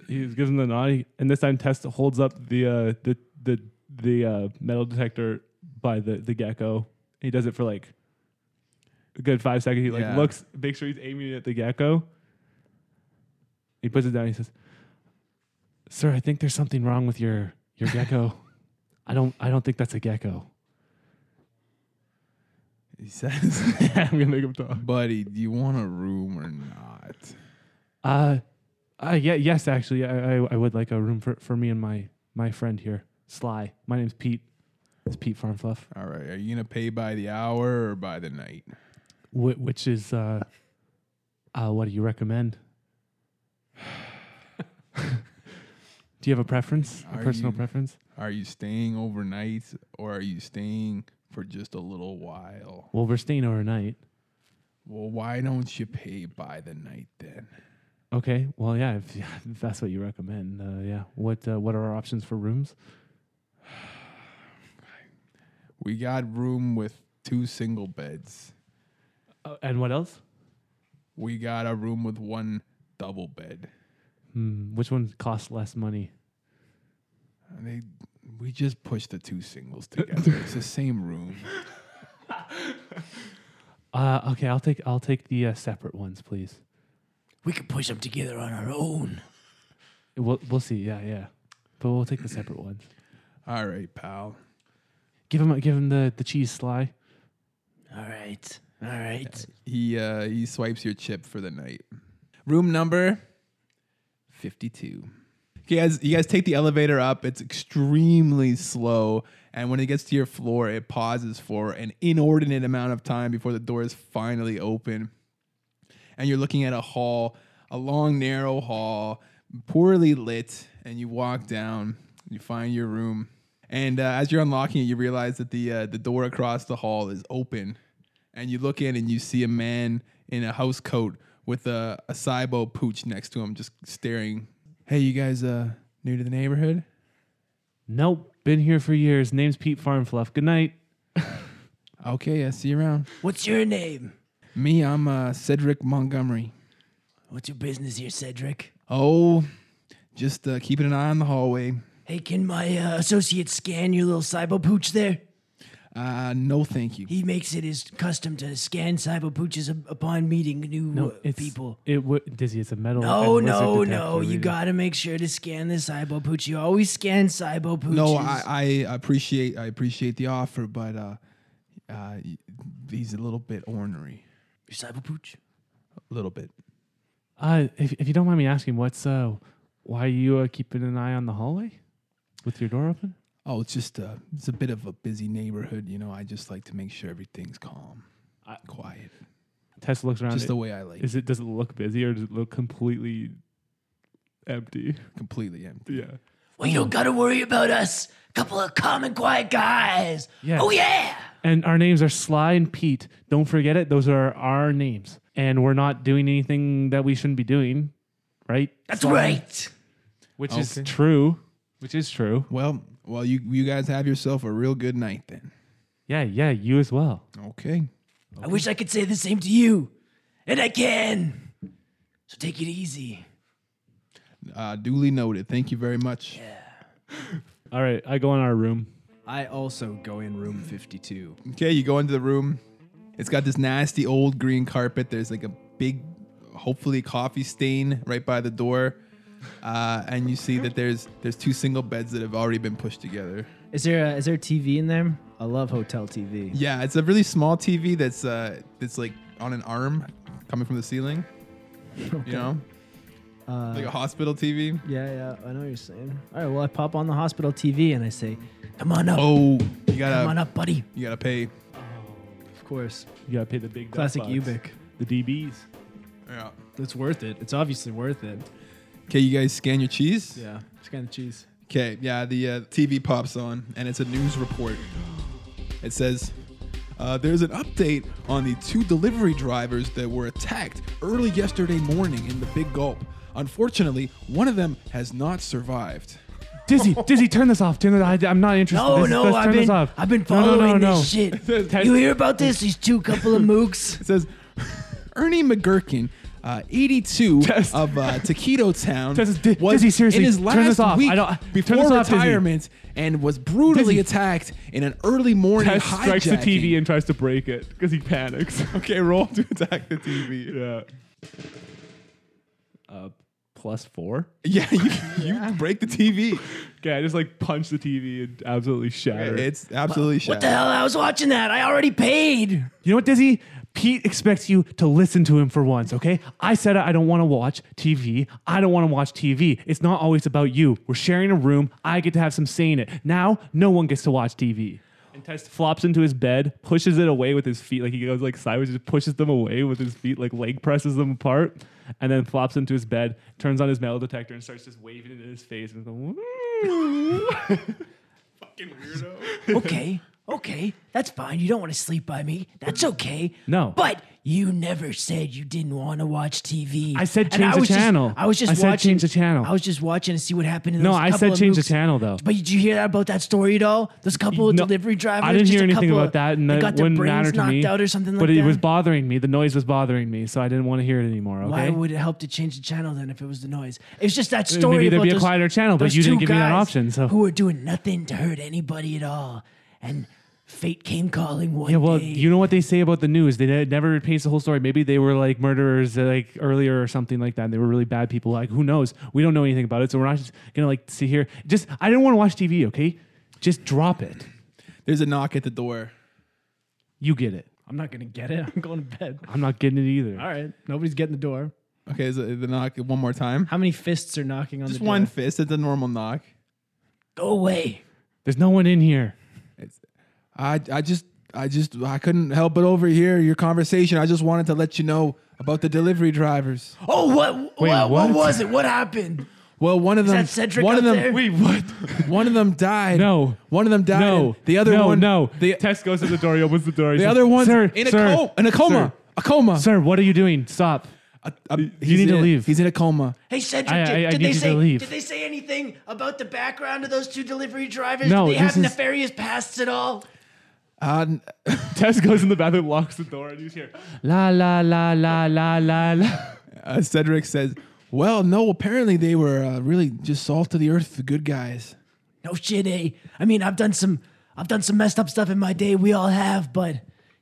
S4: He just gives him the nod, he- and this time Tess holds up the uh, the the the uh, metal detector by the the gecko. He does it for like a good five seconds. He like
S2: Yeah.
S4: looks, makes sure he's aiming it at the gecko. He puts it down. He says, "Sir, I think there's something wrong with your your gecko. I don't I don't think that's a gecko."
S2: He says,
S4: I'm gonna make him talk.
S2: "Buddy, do you want a room or not?"
S4: Uh, uh yeah, yes, actually, I, I, I would like a room for, for me and my my friend here, Sly. My name's Pete. It's Pete Farmfluff,
S2: All right, are you gonna pay by the hour or by the night?
S4: wh- which is uh, uh, what do you recommend? Do you have a preference? A
S2: Are
S4: personal
S2: you-
S4: preference?
S2: Are you staying overnight or are you staying for just a little while?
S4: Well, we're staying overnight.
S2: Well, why don't you pay by the night then?
S4: Okay. Well, yeah. If, if that's what you recommend, uh, yeah. What uh, What are our options for rooms?
S2: We got room with two single beds.
S4: Uh, and what else?
S2: We got a room with one double bed.
S4: Hmm, which one costs less money?
S2: And they we just pushed the two singles together. it's the same room.
S4: Uh, okay. I'll take I'll take the uh, separate ones, please.
S3: We could push them together on our own.
S4: We'll We'll see. Yeah, yeah. But we'll take the separate ones.
S2: All right, pal.
S4: Give him Give him the the cheese sly.
S3: All right. All right.
S2: He uh he swipes your chip for the night. Room number 52. You guys, you guys take the elevator up. It's extremely slow, and when it gets to your floor, it pauses for an inordinate amount of time before the doors finally open. And you're looking at a hall, a long, narrow hall, poorly lit. And you walk down, and you find your room, and uh, as you're unlocking it, you realize that the uh, the door across the hall is open, and you look in and you see a man in a house coat with a, a Saibo pooch next to him, just staring. Hey, you guys uh, new to the neighborhood?
S4: Nope. Been here for years. Name's Pete Farnfluff. Good night.
S2: Okay, I see you around.
S3: What's your name?
S2: Me, I'm uh, Cedric Montgomery.
S3: What's your business here, Cedric?
S2: Oh, just uh, keeping an eye on the hallway.
S3: Hey, can my uh, associate scan your little cyber pooch there?
S2: Uh, no, thank you.
S3: He makes it his custom to scan cyber pooches up- upon meeting new uh, people. Oh,
S4: It w- Dizzy. It's a metal.
S3: No,
S4: and lizard
S3: no,
S4: detector
S3: no. You
S4: reader.
S3: gotta make sure to scan the cyber pooch. You always scan cyber pooches.
S2: No, I, I appreciate I appreciate the offer, but uh, uh, y- he's a little bit ornery.
S3: Your cyber pooch?
S2: A little bit.
S4: Uh, if if you don't mind me asking, what's uh, why you uh, keeping an eye on the hallway, with your door open?
S2: Oh, it's just a it's a bit of a busy neighborhood, you know. I just like to make sure everything's calm,
S4: I-
S2: quiet,
S4: Tess looks around.
S2: just
S4: Is
S2: the way I like. it.
S4: it does it look busy or does it look completely empty?
S2: completely empty.
S4: Yeah.
S3: Well, you don't gotta worry about us. Couple of calm and quiet guys.
S4: Yes.
S3: Oh, yeah.
S4: And our names are Sly and Pete. Don't forget it. Those are our names, and we're not doing anything that we shouldn't be doing, right?
S3: That's right.
S4: Which is
S2: Okay.
S4: true. Which is true.
S2: Well, well, you you guys have yourself a real good night then.
S4: Yeah, yeah. You as well.
S2: Okay.
S3: I wish I could say the same to you, and I can. So take it easy.
S2: Uh, duly noted. Thank you very much.
S4: All right. I go in our room.
S5: I also go in room 52.
S2: Okay, you go into the room. It's got this nasty old green carpet. There's like a big, hopefully coffee stain right by the door, uh, and you see that there's there's two single beds that have already been pushed together.
S5: Is there a, is there a TV in there? I love hotel TV.
S2: Yeah, it's a really small TV that's uh that's like on an arm coming from the ceiling. You know?
S3: Uh,
S2: like a hospital TV.
S5: Yeah, yeah, I know what you're saying. All right, well, I pop on the hospital TV and I say,
S3: Come on up.
S2: Oh, you
S3: Come on
S2: gotta
S3: up, buddy.
S2: you gotta pay.
S5: of course,
S4: You gotta pay the big dog
S5: classic
S4: bucks.
S5: Ubik.
S4: The DBs.
S2: Yeah.
S5: It's worth it. It's obviously worth it.
S2: Okay, you guys scan your cheese.
S5: Yeah, scan the cheese.
S2: Okay, yeah, the uh, TV pops on and it's a news report. It says uh, there's an update on the two delivery drivers that were attacked early yesterday morning in the Big Gulp. Unfortunately, one of them has not survived.
S4: Dizzy, Dizzy, turn this off. Turn it. I, I'm not interested.
S3: No,
S4: This-
S3: no,
S4: let's
S3: I've
S4: turn this
S3: been,
S4: off.
S3: I've been
S4: No, no,
S3: following
S4: no, no.
S3: this shit.
S4: Ted-
S3: you hear about this? These two couple of mooks.
S2: It says Ernie McGurkin, uh, 82
S4: Tess.
S2: of uh, Taquito Town,
S4: Tess, Di- Dizzy, seriously,
S2: in his
S4: turn
S2: last
S4: this off. I
S2: week
S4: don't- turn this
S2: before
S4: off, Dizzy.
S2: retirement and was brutally
S4: Dizzy.
S2: attacked in an early morning
S4: Tess
S2: hijacking.
S4: strikes the TV and tries to break it because he panics.
S2: okay, roll to attack the TV.
S4: yeah. Uh, plus four.
S2: Yeah, you, you break the TV.
S4: Okay, I just like punch the TV and absolutely shatter. it.
S2: It's absolutely
S3: What
S2: shattered.
S3: the hell? I was watching that. I already paid.
S4: you know what, Dizzy? Pete expects you to listen to him for once. Okay, I said I don't want to watch TV. I don't want to watch TV. It's not always about you. We're sharing a room. I get to have some say in it. Now, no one gets to watch TV. Test flops into his bed, pushes it away with his feet. Like he goes like sideways, just pushes them away with his feet, like leg presses them apart, and then flops into his bed, turns on his metal detector, and starts just waving it in his face. And going,
S3: okay, okay, that's fine. You don't want to sleep by me. That's okay.
S4: No.
S3: But you never said you didn't want to watch TV.
S4: I said
S3: And
S4: change the
S3: was just-
S4: channel.
S3: I was just
S4: I said
S3: watching,
S4: change the channel.
S3: I was just watching to see what happened. In
S4: no,
S3: those
S4: I
S3: couple
S4: said
S3: of
S4: change the
S3: moves.
S4: channel though.
S3: But did you hear that about that story at all? Those couple of
S4: No,
S3: delivery drivers.
S4: I didn't
S3: just
S4: hear
S3: a
S4: anything
S3: couple
S4: about
S3: of-
S4: that, and
S3: they
S4: that
S3: got their
S4: wouldn't
S3: brains
S4: matter to
S3: knocked
S4: me.
S3: out or something like
S4: but
S3: that.
S4: it was bothering me. The noise was bothering me, so I didn't want to hear it anymore. Okay.
S3: Why would it help to change the channel then if it was the noise? It's just that
S4: Maybe
S3: story.
S4: there'd
S3: about
S4: be a
S3: those-
S4: quieter channel, but
S3: those
S4: you didn't
S3: two
S4: give me that
S3: guys
S4: option, so-
S3: who were doing nothing to hurt anybody at all, and fate came calling one
S4: Yeah, well,
S3: day.
S4: you know what they say about the news. They ne- never paints the whole story. Maybe they were like murderers uh, like earlier or something like that. And they were really bad people. Like who knows? We don't know anything about it, so we're not just gonna like sit here. Just I didn't want to watch TV. Okay, just drop it.
S2: There's a knock at the door.
S4: You get it.
S5: I'm not gonna get it. I'm going to bed.
S4: I'm not getting it either.
S5: All right. Nobody's getting the door.
S2: Okay, is it the knock one more time?
S5: How many fists are knocking on
S2: Just
S5: the door?
S2: one fist. It's a normal knock.
S3: Go away.
S4: There's no one in here.
S2: I I just I just I couldn't help but overhear your conversation. I just wanted to let you know about the delivery drivers.
S3: Oh, what?
S4: Wait,
S3: what, what
S4: what?
S3: was it? What happened?
S2: Well, one of them
S3: that Cedric
S2: one
S3: out
S2: of them
S3: there?
S4: Wait, what?
S2: one of them died.
S4: No.
S2: One of them died.
S4: No.
S2: and The other
S4: no,
S2: one
S4: No.
S2: The,
S4: Tess goes to the door. He opens the door.
S2: the other one
S4: sir,
S2: in a
S4: sir,
S2: coma, in a coma. A coma.
S4: Sir, what are you doing? Stop.
S2: A- a-
S4: you
S2: he's
S4: need
S2: in a-
S4: to leave.
S2: He's in a coma.
S3: Hey Cedric,
S4: I-
S3: did,
S4: I- I
S3: did
S4: need
S3: they
S4: you to
S3: say
S4: leave.
S3: did they say anything about the background of those two delivery drivers?
S4: No,
S3: did they have
S4: this is-
S3: nefarious pasts at all?
S2: Uh, n-
S4: Tess goes in the bathroom, locks the door, and you just hear la la la la la la la.
S2: uh, Cedric says, "Well, no. Apparently, they were uh, really just salt of the earth, the good guys."
S3: No shit, eh? I mean, I've done some, I've done some messed up stuff in my day. We all have, but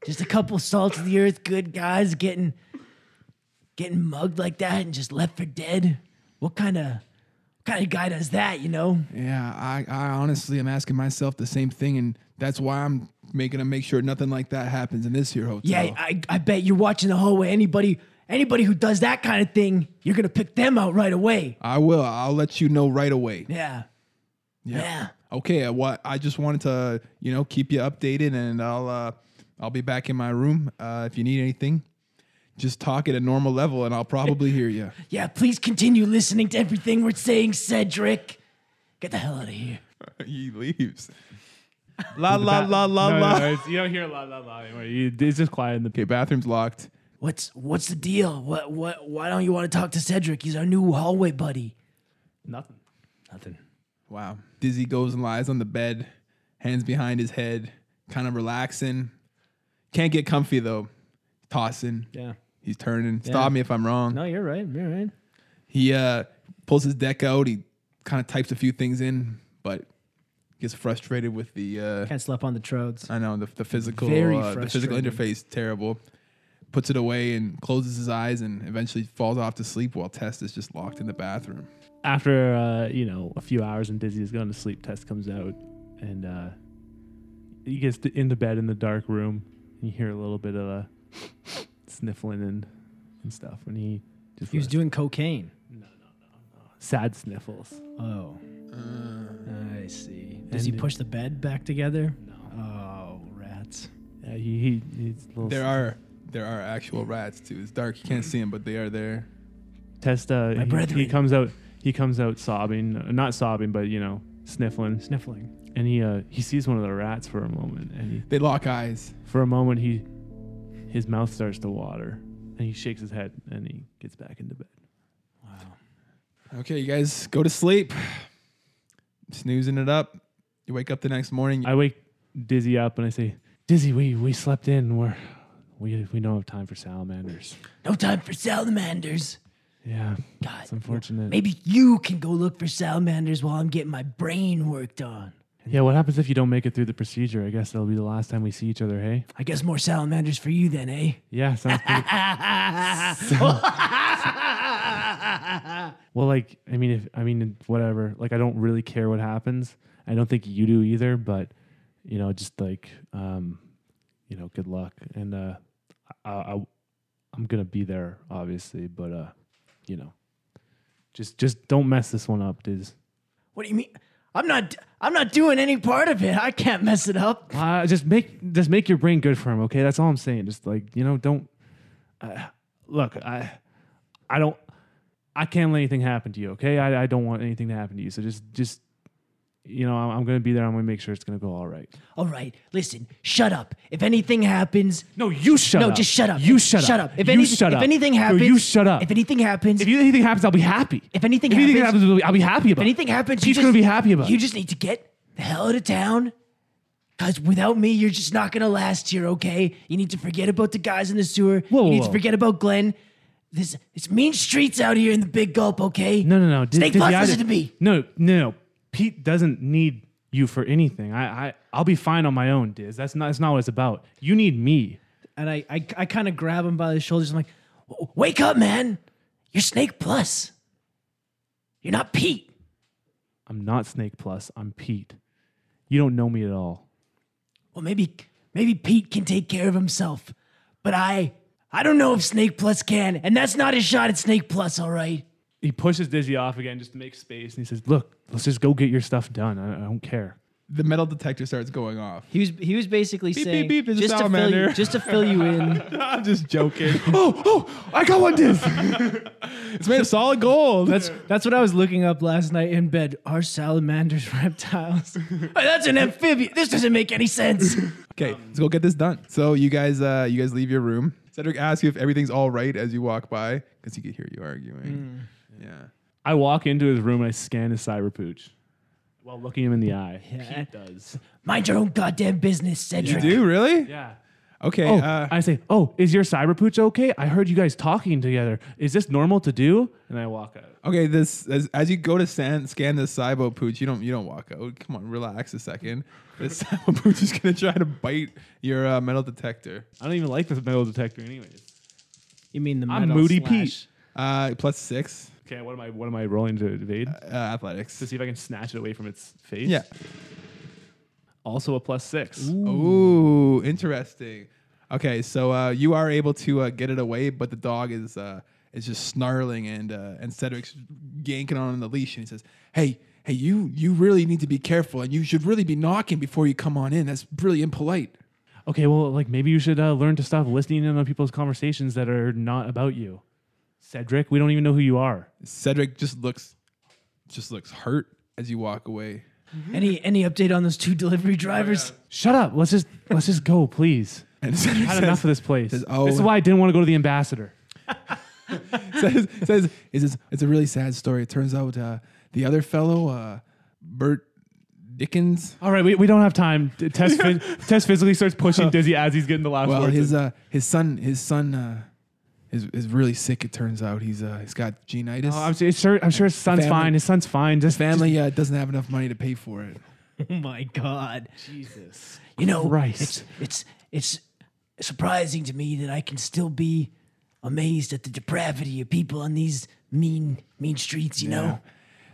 S3: just a couple salt of the earth, good guys getting, getting mugged like that and just left for dead. What kind of, what kind of guy does that? You know?
S2: Yeah, I, I honestly am asking myself the same thing, and that's why I'm making to make sure nothing like that happens in this here hotel.
S3: Yeah, I, I bet you're watching the hallway. Anybody, anybody who does that kind of thing, you're gonna pick them out right away.
S2: I will. I'll let you know right away.
S3: Yeah. Yeah.
S2: Okay. I, wa- I just wanted to, you know, keep you updated, and I'll uh, I'll be back in my room uh, if you need anything. Just talk at a normal level, and I'll probably hear you.
S3: Yeah, please continue listening to everything we're saying, Cedric. Get the hell out of here.
S2: he leaves. La la la la
S4: No, no,
S2: la.
S4: no, it's- you don't hear la la la anymore. You, it's just quiet in the.
S2: Okay, bathroom's locked.
S3: What's what's the deal? What what why don't you want to talk to Cedric? He's our new hallway buddy.
S4: Nothing.
S5: Nothing.
S2: Wow. Dizzy goes and lies on the bed, hands behind his head, kind of relaxing. Can't get comfy though. Tossing.
S5: Yeah.
S2: He's turning. Stop me if I'm wrong.
S5: No, you're right. You're right.
S2: He uh, pulls his deck out. He kind of types a few things in, but gets frustrated with the. Uh,
S5: Can't slap on the trodes.
S2: I know the, the physical
S5: Very
S2: uh, the physical
S5: frustrating.
S2: interface terrible. Puts it away and closes his eyes and eventually falls off to sleep while Tess is just locked in the bathroom.
S4: After uh, you know a few hours and Dizzy is going to sleep, Tess comes out and uh, he gets to, into bed in the dark room. And you hear a little bit of a sniffling and, and stuff when he just
S5: He was
S4: left.
S5: doing cocaine.
S4: sad sniffles.
S5: Oh. Uh, I see. Does he
S4: And-
S5: push the bed back together? No. Oh, rats.
S4: Yeah, he, he he's a little.
S2: There are there are actual rats too. It's dark. You can't see them, but they are there.
S4: Tess. Uh, he- he,
S3: brethren.
S4: comes out. He comes out sobbing, uh, not sobbing, but you know sniffling.
S5: Sniffling.
S4: And he uh, he sees one of the rats for a moment, and he
S2: They lock eyes.
S4: For a moment, he his mouth starts to water, and he shakes his head, and he gets back into bed.
S2: Okay, you guys go to sleep. Snoozing it up. You wake up the next morning.
S4: I wake Dizzy up, and I say, "Dizzy, we we slept in. We're we we don't have time for salamanders.
S3: No time for salamanders.
S4: Yeah,
S3: God.
S4: it's unfortunate.
S3: Maybe you can go look for salamanders while I'm getting my brain worked on.
S4: Yeah, what happens if you don't make it through the procedure? I guess that'll be the last time we see each other. Hey,
S3: I guess more salamanders for you then, eh?
S4: yeah, sounds pretty. well, like I mean, if I mean whatever. Like I don't really care what happens. I don't think you do either. But you know, just like um, you know, good luck. And uh, I, I I'm gonna be there, obviously. But uh, you know, just just don't mess this one up, dude.
S3: What do you mean? I'm not. I'm not doing any part of it. I can't mess it up.
S4: Uh, just make just make your brain good for him, okay? That's all I'm saying. Just like you know, don't uh, look. I I don't I can't let anything happen to you, okay? I, I don't want anything to happen to you. So just just you know, I'm, I'm gonna be there. I'm gonna make sure it's gonna go all right.
S3: All right, listen. Shut up. If anything happens,
S4: No, you shut
S3: no,
S4: up.
S3: just shut up.
S4: You shut,
S3: Shut
S4: up.
S3: up. If,
S4: you
S3: any-
S4: shut
S3: if
S4: up.
S3: anything
S4: No,
S3: happens,
S4: you shut up.
S3: If anything happens,
S4: If you- anything happens, I'll be happy.
S3: If anything
S4: if anything
S3: happens-
S4: happens, I'll be- I'll be happy about.
S3: If anything happens,
S4: she's
S3: you just,
S4: gonna be happy about.
S3: You
S4: it.
S3: just need to get the hell out of town. Cause without me, you're just not gonna last here. Okay, you need to forget about the guys in the sewer.
S4: Whoa,
S3: you
S4: whoa,
S3: need to
S4: whoa.
S3: forget about Glenn. This it's mean streets out here in the Big Gulp. Okay.
S4: No, no, no. Did,
S3: Snake
S4: did
S3: Plus,
S4: the
S3: listen
S4: idea-
S3: to me.
S4: No, no, no. Pete doesn't need you for anything. I, I, I'll be fine on my own, Diz. That's not, that's not what it's about. You need me.
S5: And I, I, I kind of grab him by the shoulders. I'm like,
S3: W- Wake up, man. You're Snake Plus. You're not Pete.
S4: I'm not Snake Plus. I'm Pete. You don't know me at all.
S3: Well, maybe maybe Pete can take care of himself, but I I don't know if Snake Plus can, and that's not a shot at Snake Plus. All right.
S4: He pushes Dizzy off again just to make space, and he says, "Look, let's just go get your stuff done. I, I don't care."
S2: The metal detector starts going off.
S5: he was, he was basically
S2: beep,
S5: saying,
S2: beep, it's a
S5: just, to fill you,
S2: salamander.
S5: just to fill you in.
S2: I'm just joking.
S4: Oh, oh! I got one, Diz.
S2: it's made of solid gold.
S5: That's, that's what I was looking up last night in bed. Are salamanders reptiles?
S3: Hey, that's an amphibian. This doesn't make any sense.
S2: Okay, let's go get this done. So you guys, uh, you guys leave your room. Cedric asks you if everything's all right as you walk by because he could hear you arguing.
S4: Mm.
S2: Yeah.
S4: I walk into his room and I scan his cyber pooch while looking him in the eye. Pete does.
S3: Mind your own goddamn business,
S2: You
S3: Cedric.
S2: do really?
S4: Yeah.
S2: Okay.
S4: Oh,
S2: uh,
S4: I say, oh, is your cyber pooch okay? I heard you guys talking together. Is this normal to do? And I walk out.
S2: okay. This as, as you go to san, scan this cybo pooch, you don't you don't walk out. Come on, relax a second. This cybo pooch is gonna try to bite your uh, metal detector.
S4: I don't even like this metal detector, anyways.
S5: You mean the
S4: I'm
S5: metal
S4: Moody
S5: slash.
S4: Pete.
S2: Uh, plus six
S4: Okay, what am I? What am I rolling to evade
S2: uh, athletics.
S4: to see if I can snatch it away from its face?
S2: Yeah.
S4: Also a plus six.
S2: Ooh, interesting. Okay, so uh, you are able to uh, get it away, but the dog is uh, is just snarling, and uh, and Cedric's yanking on the leash, and he says, "Hey, hey, you you really need to be careful, and you should really be knocking before you come on in. That's really impolite."
S4: Okay, well, like maybe you should uh, learn to stop listening in on people's conversations that are not about you. Cedric, we don't even know who you are.
S2: Cedric just looks just looks hurt as you walk away.
S3: Any any update on those two
S5: Oh,
S3: delivery drivers?
S4: Shut up. Let's just let's just go, please.
S2: And Cedric
S4: Had
S2: says,
S4: enough of this place.
S2: says, "Oh."
S4: This is why I didn't want to go to the ambassador.
S2: says, says it's, it's, it's a really sad story. It turns out uh, the other fellow, uh, Bert Dickens,
S4: All right, we, we don't have time. D- Tess, phys- Tess physically starts pushing Dizzy as he's getting the last
S2: Well,
S4: words
S2: his
S4: in.
S2: uh, his son, his son uh, is is really sick. It turns out he's uh, he's got genitis.
S4: Oh, I'm, su- it's sure, I'm sure his son's
S2: Family-
S4: fine. His son's fine. Just
S2: Family uh, doesn't have enough money to pay for it.
S5: Oh my God.
S3: You know,
S4: Christ.
S3: it's it's it's surprising to me that I can still be amazed at the depravity of people on these mean mean streets. You know,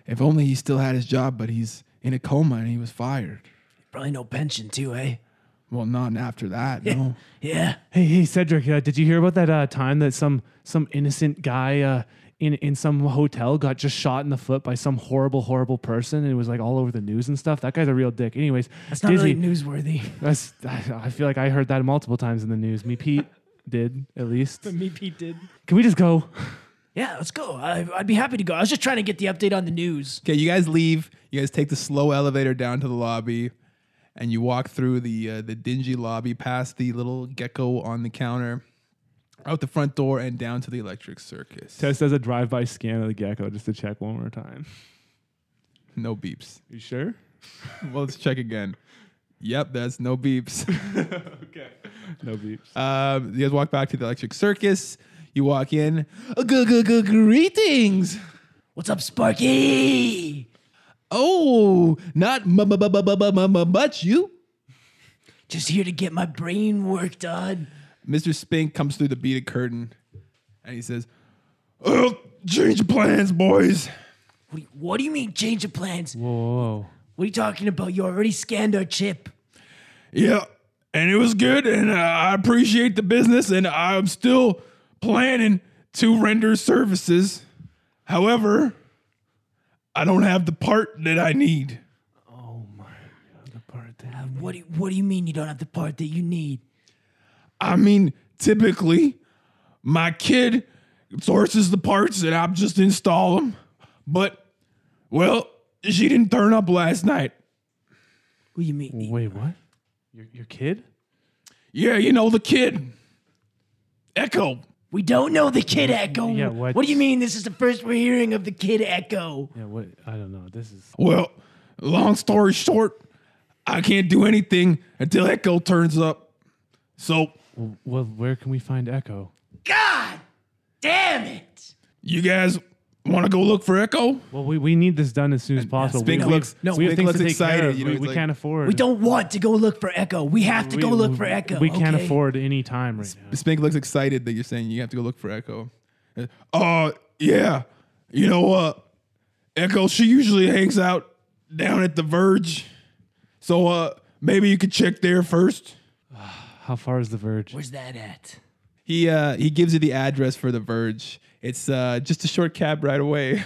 S2: If only he still had his job, but he's in a coma and he was fired.
S3: probably no pension too, eh?
S2: Well, not after that. No.
S3: Yeah.
S4: Hey, hey, Cedric, uh, did you hear about that uh, time that some some innocent guy uh, in in some hotel got just shot in the foot by some horrible, horrible person? And it was like all over the news and stuff. That guy's a real dick. Anyways,
S3: That's not
S4: Dizzy,
S3: really newsworthy.
S4: That's, I, I feel like I heard that multiple times in the news. Me, Pete did at least.
S5: Me Pete did.
S4: Can we just go?
S3: Yeah, let's go. I, I'd be happy to go. I was just trying to get the update on the news.
S2: Okay, you guys leave. You guys take the slow elevator down to the lobby, and you walk through the uh, the dingy lobby, past the little gecko on the counter, out the front door, and down to the electric circus.
S4: Tess does a drive-by scan of the gecko just to check one more time.
S2: No beeps.
S4: You sure?
S2: Well, let's check again. Yep, that's no beeps.
S4: No beeps.
S2: Um, you guys walk back to the electric circus. You walk in. Greetings.
S3: What's up, Sparky?
S2: Oh, not mu- mu- mu- mu- mu- mu- mu- much you.
S3: Just here to get my brain work done.
S2: Mr. Spink comes through the beaded curtain, and he says, "Oh, change plans, boys."
S3: What do you, what do you mean change of plans?
S4: Whoa, whoa,
S3: What are you talking about? You already scanned our chip.
S2: Yeah, and it was good, and uh, I appreciate the business, and I'm still planning to render services. However, I don't have the part that I need.
S3: Uh, What do, what do you mean you don't have the part that you need?
S2: I mean, typically, my kid sources the parts and I just install them. But, well, she didn't turn up last night.
S3: What do you mean?
S4: Wait, what? Your, your kid?
S2: Yeah, you know, the kid. Echo.
S3: We don't know the Kid Echo.
S4: Yeah, what-
S3: do you mean? This is the first we're hearing of the Kid Echo.
S4: Yeah, what? I don't know. This is.
S2: Well, long story short, I can't do anything until Echo turns up. So,
S4: Well, where can we find Echo?
S3: God damn it!
S2: you guys want to go look for Echo?
S4: Well, we, we need this done as soon as possible.
S2: Spink
S4: we, we-
S2: looks-
S4: we,
S2: no,
S4: have
S2: Spink
S4: things
S2: looks
S4: to take
S2: excited,
S4: care of.
S2: you know,
S4: we,
S2: he's
S4: we
S2: like-
S4: can't afford.
S3: We don't want to go look for Echo. We have to go look for Echo.
S4: We can't
S3: okay?
S4: afford any time right now.
S2: Spink looks excited that you're saying you have to go look for Echo. Uh, Oh, yeah. You know what? Echo, she usually hangs out down at the Verge. So uh maybe you could check there first.
S4: How far is the verge?
S3: Where's that at?
S2: He uh he gives you the address for the Verge. It's uh just a short cab right away.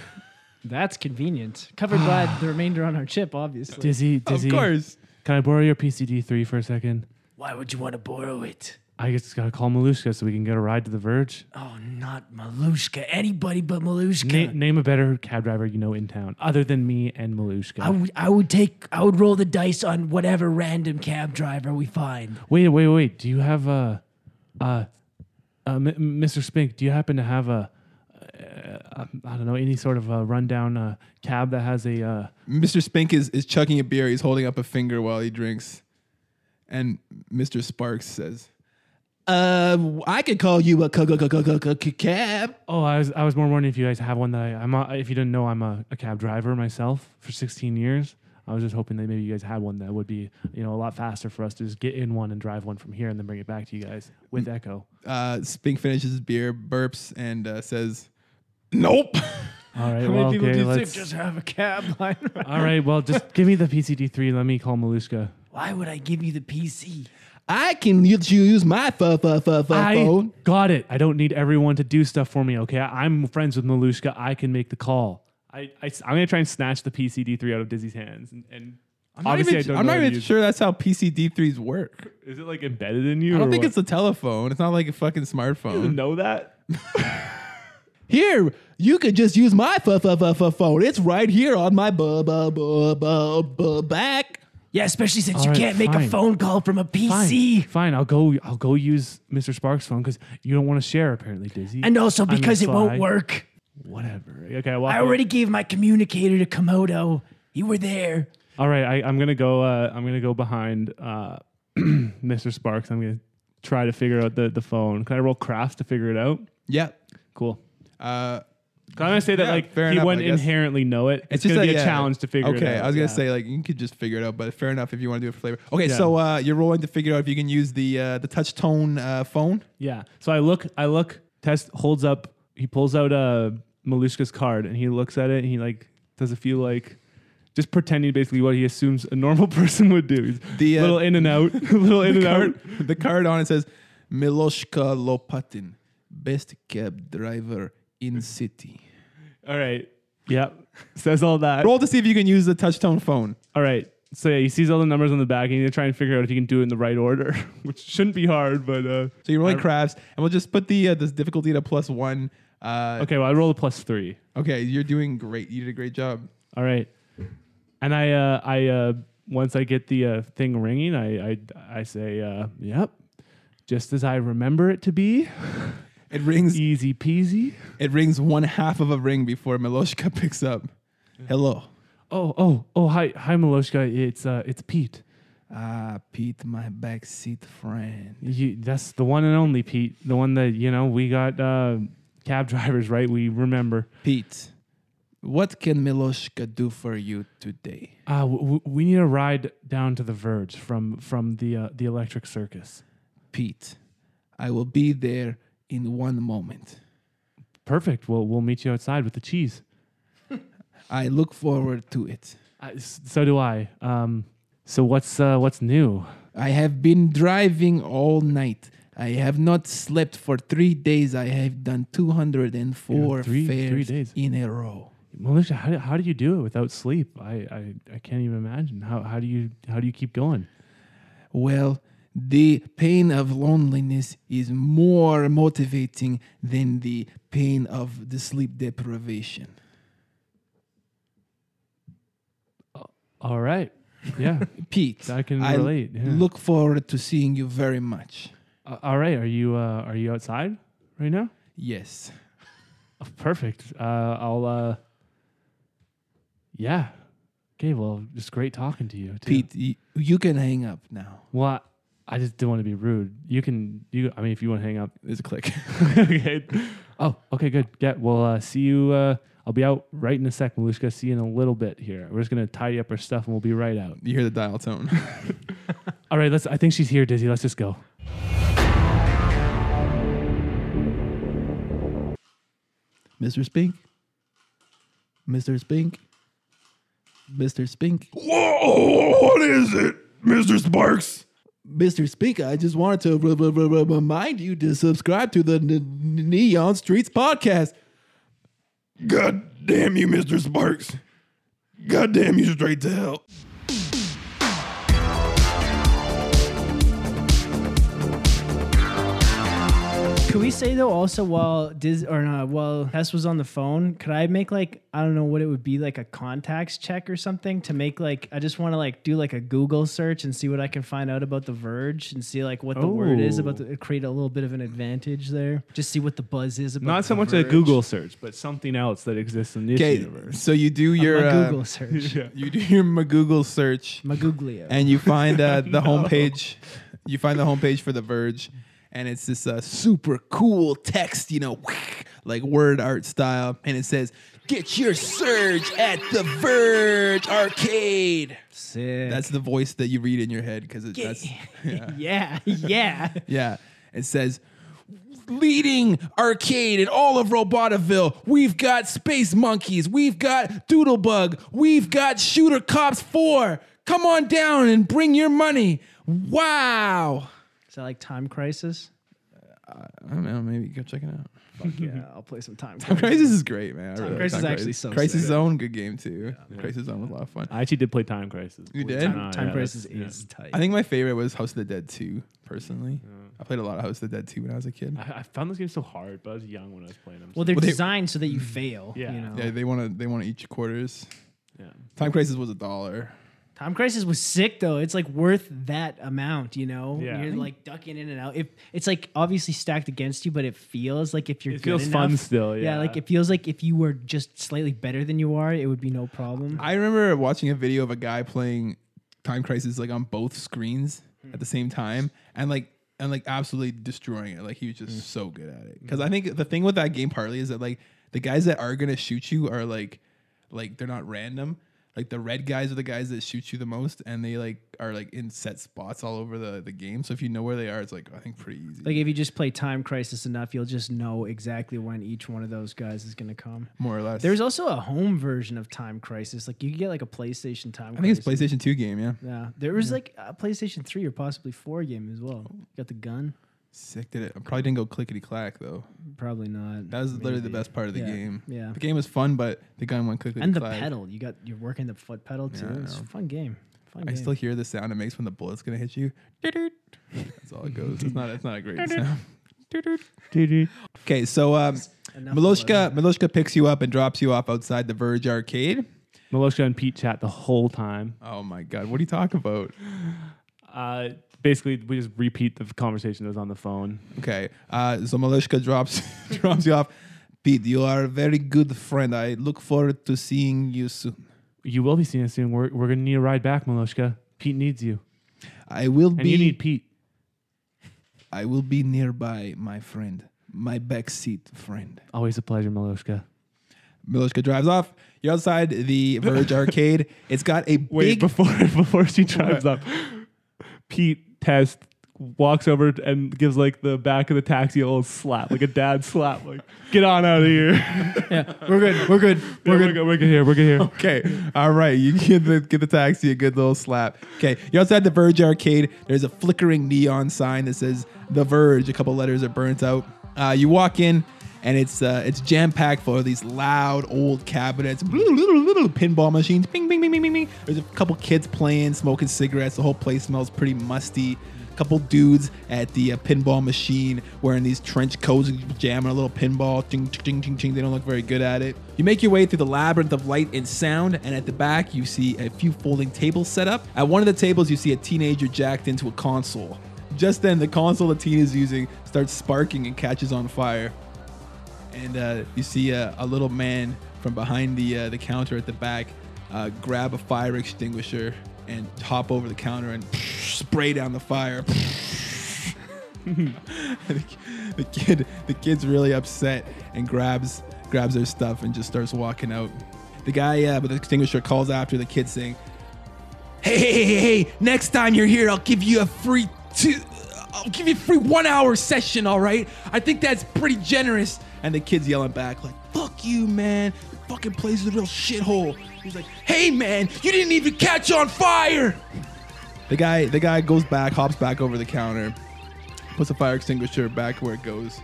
S5: That's convenient. Covered by the remainder on our chip, obviously.
S4: Dizzy, Dizzy.
S2: Of course.
S4: Can I borrow your PCD three for a second?
S3: Why would you want to borrow it?
S4: I just gotta call Malushka so we can get a ride to the verge.
S3: Oh, not Malushka. Anybody but Malushka.
S4: Na- name a better cab driver you know in town other than me and Malushka.
S3: I would, I would take, I would roll the dice on whatever random cab driver we find.
S4: wait, wait, wait. Do you have a, uh, uh, M- M- Mr. Spink? Do you happen to have a, uh, I don't know, any sort of a rundown uh, cab that has a? Uh,
S2: Mr. Spink is, is chugging a beer. He's holding up a finger while he drinks. And Mr. Sparks says,
S6: Uh, I could call you a c- c- c- c- c- cab.
S4: oh, I was I was more wondering if you guys have one that I, I'm. A, if you didn't know, I'm a, a cab driver myself for 16 years. I was just hoping that maybe you guys had one that would be, you know, a lot faster for us to just get in one and drive one from here and then bring it back to you guys with Echo.
S2: uh, Spink finishes his beer, burps, and uh, says, Nope.
S4: All right. well, okay, let's-
S5: have a cab line?
S4: All right. Well, just give me the PCD three. Let me call Malushka.
S3: Why would I give you the PC?
S6: I can use you use my fu- fu- fu- fu-
S4: I
S6: phone.
S4: got it. I don't need everyone to do stuff for me. Okay, I, I'm friends with Malushka. I can make the call. I, I am gonna try and snatch the PCD three out of Dizzy's hands. And, and
S2: I'm
S4: obviously,
S2: not even,
S4: I don't
S2: I'm
S4: know
S2: not
S4: how to
S2: even
S4: use-
S2: sure that's how PCD3s work.
S4: Is it like embedded in you?
S2: I don't
S4: or
S2: think
S4: what?
S2: it's a telephone. It's not like a fucking
S4: You
S2: smartphone.
S4: know that.
S6: Here, you could just use my fu- fu- fu- fu- phone. It's right here on my bu- bu- bu- bu- bu- back.
S3: Yeah, especially since
S4: All
S3: you
S4: right,
S3: can't make a
S4: fine.
S3: phone call from a
S4: Fine.
S3: PC.
S4: Fine. I'll go. I'll go use Mr. Sparks' phone because you don't want to share apparently, Dizzy.
S3: And also
S4: I'm gonna
S3: because it
S4: fly.
S3: won't work.
S4: Whatever. Okay. Well,
S3: I already gave my communicator to Komodo. You were there.
S4: All right, I, I'm gonna go. Uh, I'm gonna go behind uh, Mr. Sparks. I'm gonna try to figure out the, the phone. Can I roll crafts to figure it out?
S2: yeah.
S4: Cool.
S2: Uh,
S4: Can I say that
S2: Yeah,
S4: like he
S2: fair enough,
S4: wouldn't
S2: I guess.
S4: inherently know it? It's, gonna
S2: like,
S4: be a
S2: yeah.
S4: challenge to figure it out.
S2: Okay, I was gonna
S4: Yeah.
S2: say like you could just figure it out, but fair enough if you want to do it for flavor. Okay,
S4: Yeah.
S2: so uh, you're rolling to figure out if you can use the uh, the touch tone uh, phone.
S4: Yeah. So I look. I look. Test holds up. He pulls out uh, Malushka's card and he looks at it and he like does a few like. Just pretending basically what he assumes a normal person would do. He's
S2: The, uh,
S4: little in and out, little in and out.
S2: Card- the card on it says Miloshka Lopatin, best cab driver in city.
S4: All right. Yep. Says all that.
S2: Roll to see if you can use the touch tone phone.
S4: All right. So yeah, he sees all the numbers on the back, and he's trying to figure out if he can do it in the right order, which shouldn't be hard. But uh,
S2: So you're rolling
S4: I-
S2: crafts, and we'll just put the uh, this difficulty to plus one. Uh,
S4: okay, well I roll a plus three.
S2: okay, you're doing great. You did a great job.
S4: All right, and I uh, I uh, once I get the uh, thing ringing, I I, I say uh, yep, just as I remember it to be,
S2: It rings.
S4: easy peasy.
S2: It rings one half of a ring before Miloshka picks up. Hello,
S4: Oh oh oh hi hi Maloshka, it's uh it's Pete.
S2: ah Pete, my backseat friend.
S4: You, that's the one and only Pete, the one that you know we got uh, cab drivers right. We remember.
S2: Pete, what can Miloshka do for you today?
S4: Uh, w- w- we need a ride down to the Verge from from the uh, the Electric Circus.
S2: Pete, I will be there in one moment.
S4: Perfect. We'll we'll meet you outside with the cheese.
S2: I look forward to it.
S4: Uh, s- so do I. Um, so what's uh, what's new?
S2: I have been driving all night. I have not slept for three days. I have done 204
S4: Yeah, three- three
S2: fares
S4: days.
S2: in a row.
S4: Militia, how do, how do you do it without sleep? I, I, I can't even imagine. How how do you how do you keep going?
S2: Well, the pain of loneliness is more motivating than the pain of the sleep deprivation.
S4: All right. Yeah.
S2: Pete,
S4: I can
S2: I
S4: relate, yeah.
S2: Look forward to seeing you very much.
S4: Uh, all right. Are you uh, are you outside right now?
S2: Yes.
S4: Oh, perfect. Uh, I'll. Uh, yeah. Okay. Well, just great talking to you, too.
S2: Pete, y- you can hang up now.
S4: Well, I- I just didn't want to be rude. You can. You. I mean, if you want to hang up.
S2: There's a click.
S4: okay. Oh. Okay. Good. Yeah. Well. Uh, see you. Uh, I'll be out right in a second. We're just gonna see you in a little bit here. We're just gonna tidy up our stuff and we'll be right out.
S2: You hear the dial tone.
S4: All right. Let's. I think she's here, Dizzy. Let's just go.
S7: Mr. Spink? Mr. Spink? Mr. Spink?
S1: Whoa, what is it, Mr. Sparks?
S7: Mr. Spink, I just wanted to r- r- r- r- remind you to subscribe to the N- N- Neon Streets podcast.
S1: God damn you, Mr. Sparks. God damn you straight to hell.
S3: Could we say though also while Diz or not while Hess was on the phone, could I make like I don't know what it would be like a contacts check or something to make like I just want to like do like a Google search and see what I can find out about the Verge and see like what the word is about
S4: Oh.
S3: the create a little bit of an advantage there. Just see what the buzz is about.
S4: Not
S3: The
S4: so much a
S3: Verge.
S4: Google search, but something else that exists in this
S2: Okay,
S4: universe.
S2: so you do
S3: My
S2: your uh,
S3: Google search.
S2: you do your Google search.
S3: My Googlio.
S2: and you find uh, the homepage. You find the homepage for The Verge, and it's this uh, super cool text, you know, like word art style, and it says, "Get your surge at The Verge Arcade."
S3: Sick.
S2: That's the voice that you read in your head because that's
S3: yeah, yeah.
S2: yeah. It says. Leading arcade in all of Robotoville. We've got Space Monkeys. We've got Doodlebug. We've got Shooter Cops 4. Come on down and bring your money. Wow.
S3: Is that like Time Crisis?
S2: I don't know. Maybe go check it out.
S3: yeah, I'll play some Time
S2: Crisis is great, man. I really like
S3: Crisis is actually so
S2: Crisis
S3: sick.
S2: Zone, good game too. Crisis Zone was a lot of fun.
S4: I actually did play Time Crisis.
S2: You
S4: Believe
S2: did?
S4: it or
S2: Time-
S4: not,
S3: Time
S4: Oh, yeah,
S3: Crisis
S4: that's- yeah.
S3: is tight.
S2: I think my favorite was House of the Dead 2, personally. I played a lot of House of the Dead 2 when I was a kid.
S4: I, I found this game so hard, but I was young when I was playing them.
S3: well, they're
S2: Well, they-
S3: designed so that you fail.
S4: Yeah.
S3: You know?
S2: Yeah, they want to they want to eat your quarters.
S4: so, yeah.
S2: Time Crisis was a dollar.
S3: Time Crisis was sick though. It's like worth that amount, you know.
S4: Yeah.
S3: You're like ducking in and out. If it's like obviously stacked against you, but it feels like if you're
S4: It
S3: good
S4: feels fun
S3: enough-
S4: still, yeah.
S3: like it feels like if you were just slightly better than you are, it would be no problem.
S2: I remember watching a video of a guy playing Time Crisis like on both screens
S3: Hmm.
S2: at the same time, and like and like absolutely destroying it. Like he was
S3: Hmm.
S2: just so good at it. Because I think the thing with that game partly is that like the guys that are gonna shoot you are like like they're not random. Like the red guys are the guys that shoot you the most, and they like are like in set spots all over the the game. So if you know where they are, it's like I think pretty easy.
S3: like if you just play Time Crisis enough, you'll just know exactly when each one of those guys is gonna come.
S2: more or less.
S3: There's also a home version of Time Crisis. Like you could get like a PlayStation Time.
S2: I think it's PlayStation Two game. Yeah,
S3: Yeah, there was like a PlayStation Three or possibly Four game as well. Got the gun?
S2: sick. Did it? I probably didn't go clickety clack though.
S3: Probably not.
S2: That was literally the
S3: Maybe.
S2: best part of the
S3: Yeah,
S2: game.
S3: yeah.
S2: The game was fun, but the gun went clickety
S3: and the
S2: clack.
S3: pedal. You got you're working the foot pedal too.
S2: I
S3: it's a
S2: know.
S3: fun game. Fun
S2: I
S3: game.
S2: still hear the sound it makes when the bullet's gonna hit you. That's all it goes. It's not. It's not a great sound. Okay, so um,
S3: Enough
S2: Miloshka Miloshka picks you up and drops you off outside the Verge Arcade.
S4: Miloshka and Pete chat the whole time.
S2: Oh my God, what are you talking about?
S4: Uh, basically, we just repeat the conversation that was on the phone.
S2: Okay, uh, so Miloshka drops drops you off. Pete, you are a very good friend. I look forward to seeing you soon.
S4: You will be seeing us soon. We're, we're going to need a ride back, Miloshka. Pete needs you.
S2: I will
S4: And
S2: be.
S4: you need Pete.
S2: I will be nearby, my friend, my backseat friend.
S4: Always a pleasure, Miloshka.
S2: Miloshka drives off. You're outside the Verge Arcade. It's got a big
S4: Wait, before before she drives up, Pete Test walks over and gives like the back of the taxi a little slap, like a dad slap, like, get on out of here.
S3: We're good. We're good.
S4: we're, good. we're good here. We're good here.
S2: Okay. All right. You give the give the taxi a good little slap. Okay. You're outside the Verge arcade. There's a flickering neon sign that says The Verge. A couple letters are burnt out. Uh, you walk in and it's uh, it's jam packed full of these loud old cabinets, little little little pinball machines, bing bing bing bing bing bing. There's a couple kids playing, smoking cigarettes. The whole place smells pretty musty. Couple dudes at the uh, pinball machine wearing these trench coats, jamming a little pinball. Ching, ching, ching, ching, ching. They don't look very good at it. You make your way through the labyrinth of light and sound, and at the back, you see a few folding tables set up. At one of the tables, you see a teenager jacked into a console. Just then, the console the teen is using starts sparking and catches on fire and uh, you see uh, a little man from behind the uh, the counter at the back uh, grab a fire extinguisher and hop over the counter and spray down the fire. the, the kid the kid's really upset and grabs grabs their stuff and just starts walking out. The guy uh, with the extinguisher calls after the kid saying, "Hey, hey, hey, hey, hey! Next time you're here, I'll give you a free two. I'll give you a free one-hour session. All right? I think that's pretty generous." And the kid's yelling back like, "Fuck you, man! Your fucking place is a real shithole." He's like, "Hey, man! You didn't even catch on fire!" The guy, the guy goes back, hops back over the counter, puts the fire extinguisher back where it goes.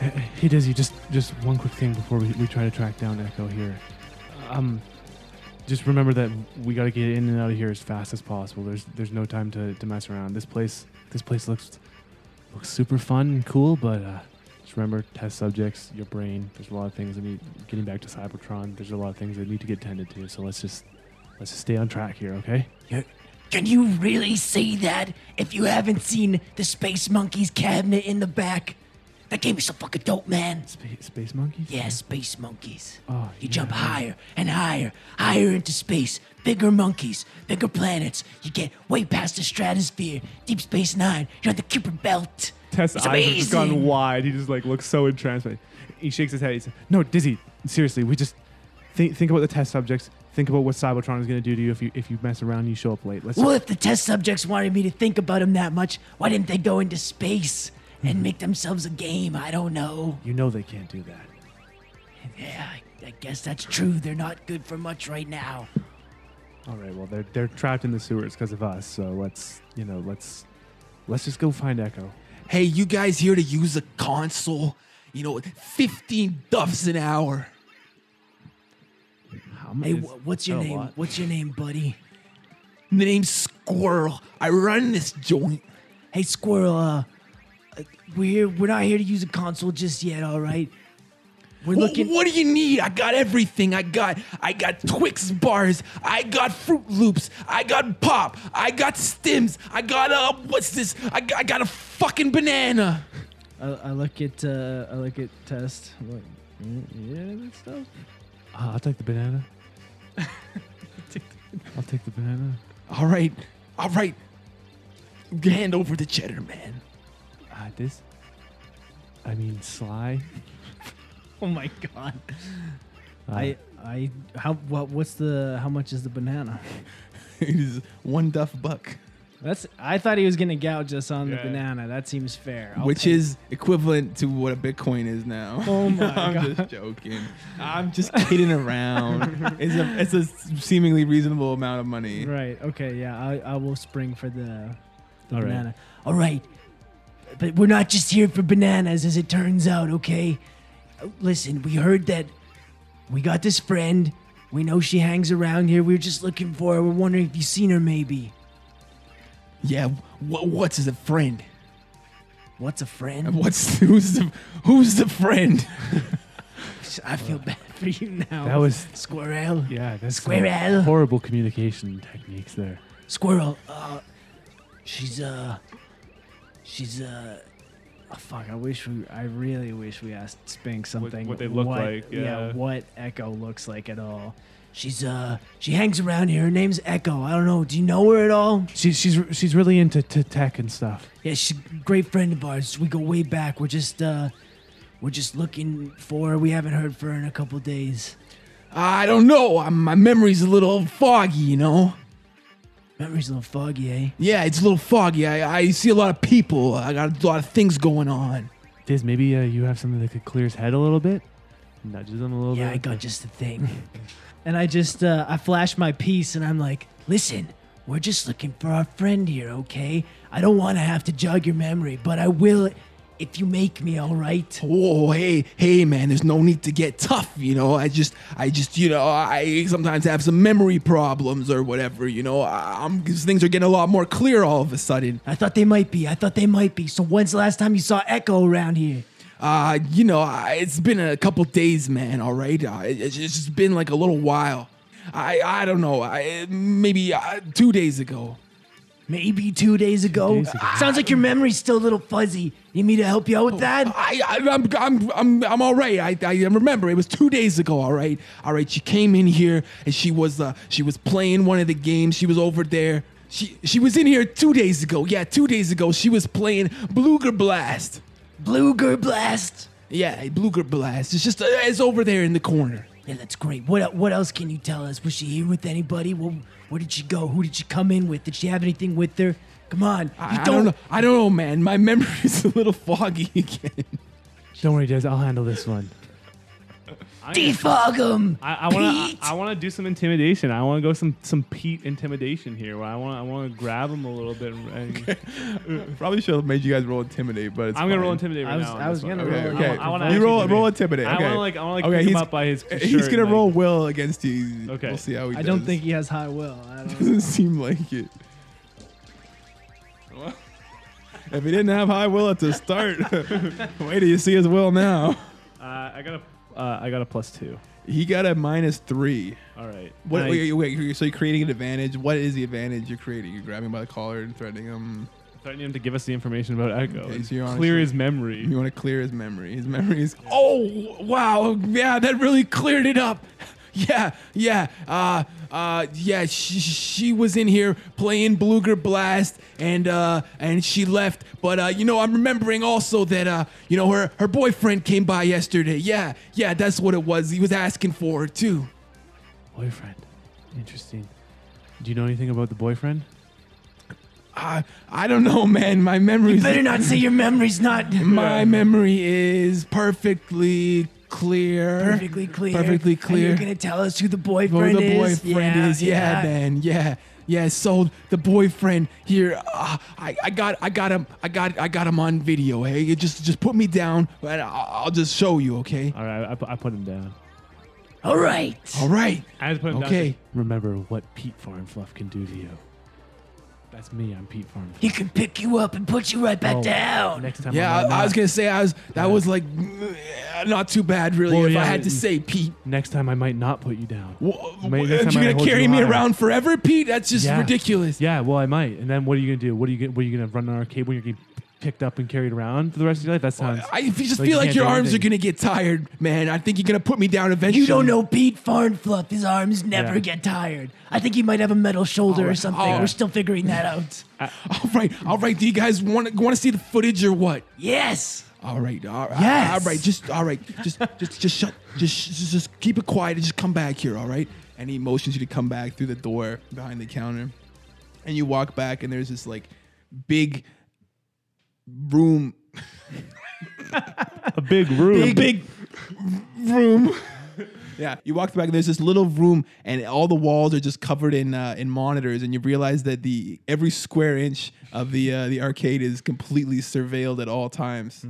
S4: Hey Dizzy, just just one quick thing before we, we try to track down Echo here. Um, just remember that we gotta get in and out of here as fast as possible. There's there's no time to, to mess around. This place this place looks looks super fun and cool, but uh, just remember test subjects, your brain. There's a lot of things that need getting back to Cybertron. There's a lot of things that need to get tended to. So let's just let's just stay on track here, okay?
S6: Can you really say that if you haven't seen the Space Monkeys cabinet in the back? That game is so fucking dope, man.
S4: Space, space monkeys.
S6: Yeah, Space Monkeys.
S4: Oh,
S6: you jump
S4: yeah.
S6: higher and higher, higher into space. Bigger monkeys, bigger planets. You get way past the stratosphere. Deep Space Nine. You're at the Kuiper Belt.
S4: Tess'
S6: It's
S4: eyes have just gone
S6: amazing.
S4: wide. He just like looks so entranced. by it. He shakes his head. He says, "No, Dizzy, seriously, we just think think about the test subjects. Think about what Cybertron is going to do to you if you if you mess around and you show up late. Let's
S6: Well, if the test subjects wanted me to think about them that much, why didn't they go into space and make themselves a game? I don't know.
S4: you know they can't do that.
S6: Yeah, I, I guess that's true. They're not good for much right now.
S4: All right, well they're they're trapped in the sewers because of us. So let's you know let's let's just go find Echo.
S1: Hey, you guys here to use a console? You know, 15 duffs an hour.
S4: How mu-
S6: Hey,
S4: is-
S6: wh- what's your
S4: is that a
S6: name?
S4: lot?
S6: What's your name, buddy?
S1: The name's Squirrel. I run this joint.
S6: Hey, Squirrel. Uh, uh, we're here, we're not here to use a console just yet. All right. We're
S1: Wh-
S6: looking.
S1: what do you need? I got everything. I got I got Twix bars. I got Fruit Loops. I got pop. I got Stims. I got uh what's this? I got, I got a fucking banana.
S3: I, I look at uh, I look at test. I'm like, "Mm, yeah, that stuff.
S4: Uh, I'll take the banana. I'll take the banana.
S1: All right, all right. Hand over the cheddar, man.
S4: Uh, this. I mean, Sly.
S3: Oh my god.
S4: Uh,
S3: I I how what what's the how much is the banana?
S2: it is one duff buck,
S3: That's I thought he was gonna gouge us on
S4: Yeah.
S3: the banana. That seems fair. I'll
S2: which
S3: take-
S2: is equivalent to what a Bitcoin is now.
S3: oh my
S2: I'm
S3: god.
S2: just joking. I'm just kidding around. It's a it's a seemingly reasonable amount of money.
S3: Right. Okay. Yeah. I, I will spring for the, the
S4: All right.
S3: banana.
S6: All right. But we're not just here for bananas, as it turns out, okay? Uh, Listen, we heard that we got this friend. We know she hangs around here. We were just looking for her. We're wondering if you've seen her, maybe.
S1: Yeah. What what's a friend?
S6: What's a friend?
S2: What's who's the who's the friend?
S6: I feel bad for you now.
S4: that was
S6: Squirrel.
S4: yeah. That's some
S6: Squirrel.
S4: Horrible communication techniques there.
S6: Squirrel. Uh, she's uh, she's uh,
S3: Oh, fuck. I wish we. I really wish we asked Spink something.
S4: what they look like, yeah.
S3: What Echo looks like at all.
S6: she's uh, she hangs around here. Her name's Echo. I don't know. Do you know her at all?
S4: She, she's she's really into t- tech and stuff.
S6: Yeah, she's a great friend of ours. We go way back. We're just uh, we're just looking for her. We haven't heard from her in a couple days.
S1: I don't know. i my memory's a little foggy, you know.
S6: Memory's a little foggy, eh?
S1: Yeah, it's a little foggy. I, I see a lot of people. I got a lot of things going on.
S4: Diz, maybe uh, you have something that could clear his head a little bit, nudges him a little
S6: Yeah,
S4: bit.
S6: I got just the thing.
S3: And I just uh, I flash my piece and I'm like,
S6: Listen, we're just looking for our friend here, okay? I don't want to have to jog your memory, but I will if you make me, all right?
S1: Whoa, hey, hey, man, there's no need to get tough, you know. I just, I just, you know, I sometimes have some memory problems or whatever, you know. I- I'm, 'cause things are getting a lot more clear all of a sudden.
S6: I thought they might be. I thought they might be. So when's the last time you saw Echo around here?
S1: Uh, you know, I, it's been a couple days, man. All right, uh, it- it's just been like a little while. I, I don't know. I maybe uh, two days ago.
S6: Maybe two days ago.
S4: days ago.
S6: Sounds like your memory's still a little fuzzy. Need me to help you out
S1: Oh.
S6: with that?
S1: I, I I'm, I'm, I'm, I'm all right. I, I remember it was two days ago. All right, all right. She came in here and she was, uh, she was playing one of the games. She was over there. She, she was in here two days ago. Yeah, two days ago. She was playing Bluger Blast.
S6: Bluger Blast.
S1: Yeah, Bluger Blast. It's just, uh, it's over there in the corner.
S6: Yeah, that's great. What what else can you tell us? Was she here with anybody? Well, where did she go? Who did she come in with? Did she have anything with her? Come on.
S1: I, I don't know. I don't know, man. My memory's a little foggy again.
S4: Don't worry, Des. I'll handle this one.
S6: defog him.
S4: I, I want
S6: Pete!
S4: to. I want to do some intimidation. I want to go some some Pete intimidation here. Where I want I want to grab him a little bit. And, and
S2: Probably should have made you guys roll intimidate, but it's
S4: I'm gonna roll
S2: fine.
S4: intimidate. Right
S3: I was-
S4: now
S3: I was gonna
S2: Okay,
S3: roll
S2: okay.
S4: I wanna
S2: you
S4: actually
S2: roll, roll intimidate.
S4: intimidate. I
S2: Okay.
S4: wanna, like- I wanna, like,
S2: okay,
S4: pick him
S2: he's-
S4: up by his
S2: He's
S4: shirt
S2: gonna
S4: and,
S2: roll
S4: like-
S2: will against you.
S4: Okay.
S2: we'll see how he
S3: I
S2: does.
S3: don't think he has high will. I don't
S2: doesn't seem like it. if he didn't have high will at the start, wait till you see his will now.
S4: Uh, I got a uh, I got a plus two.
S2: He got a minus three.
S4: All right.
S2: What?
S4: Nice.
S2: Wait, wait, wait, so you're creating an advantage. What is the advantage you're creating? You're grabbing him by the collar and threatening him.
S4: threatening him to give us the information about Echo.
S2: Okay,
S4: and
S2: so you're
S4: clear
S2: honestly-
S4: his memory.
S2: You want to clear his memory. His memory is
S1: Oh wow, yeah, that really cleared it up. Yeah, yeah, uh, uh, yeah. She, she was in here playing Bluger Blast, and uh, and she left. But uh, you know, I'm remembering also that uh, you know, her her boyfriend came by yesterday. Yeah, yeah, that's what it was. He was asking for her too.
S4: Boyfriend. Interesting. Do you know anything about the boyfriend?
S1: I I don't know, man. My memory's
S6: Better not say your memory's not
S1: my memory is perfectly clear.
S6: perfectly clear.
S1: Perfectly
S6: And
S1: clear.
S6: you're gonna tell us who the
S1: Who
S6: boyfriend
S1: the
S6: is.
S1: boyfriend is, yeah, man, yeah, yeah. So the boyfriend here, uh, I, I got, I got him, I got, I got him on video. Hey, you just, just put me down, and I'll, I'll just show you, okay?
S4: All right. I, pu- I put him down.
S6: All right.
S1: All right,
S4: I just put him down.
S1: Okay.
S4: Remember what Pete Farm Fluff can do to you. That's me. I'm Pete Farm. Fluff.
S6: He can pick you up and put you right back
S4: Oh,
S6: down.
S4: Next time.
S1: yeah.
S4: I'm on
S1: I, I was
S4: that-
S1: gonna say, I was, that was like, mm, eh, not too bad, really.
S4: Well,
S1: if
S4: yeah,
S1: I had to
S4: it-
S1: say, Pete,
S4: Next time I might not put you down.
S1: w-
S4: Maybe
S1: w-
S4: next
S1: are
S4: time
S1: you
S4: I
S1: gonna
S4: hold
S1: carry
S4: you
S1: me
S4: high.
S1: around forever, Pete? That's just
S4: Yeah.
S1: ridiculous.
S4: Yeah, well, I might. And then what are you gonna do? What are you gonna, what are you gonna run an arcade when you're getting picked up and carried around for the rest of your life? That sounds.
S1: I if you just feel
S4: Like, you
S1: like
S4: can't
S1: your
S4: do
S1: arms are
S4: anything.
S1: gonna get tired, man. I think you're gonna put me down eventually.
S6: You don't know Pete Farnfluff. His arms never
S4: Yeah.
S6: get tired. I think he might have a metal shoulder or something.
S1: Oh.
S6: We're still figuring that out.
S1: All right, all right. Do you guys want want to see the footage or what?
S6: yes.
S1: All right, all right,
S6: Yes.
S1: all right. Just all right. Just just just shut. Just just, just keep it quiet and just come back here. All right.
S2: and he motions you to come back through the door behind the counter. And you walk back, and there's this like big room,
S4: a big room.
S2: big room. yeah, you walk back, and there's this little room, and all the walls are just covered in uh, in monitors, and you realize that the every square inch of the uh, the arcade is completely surveilled at all times.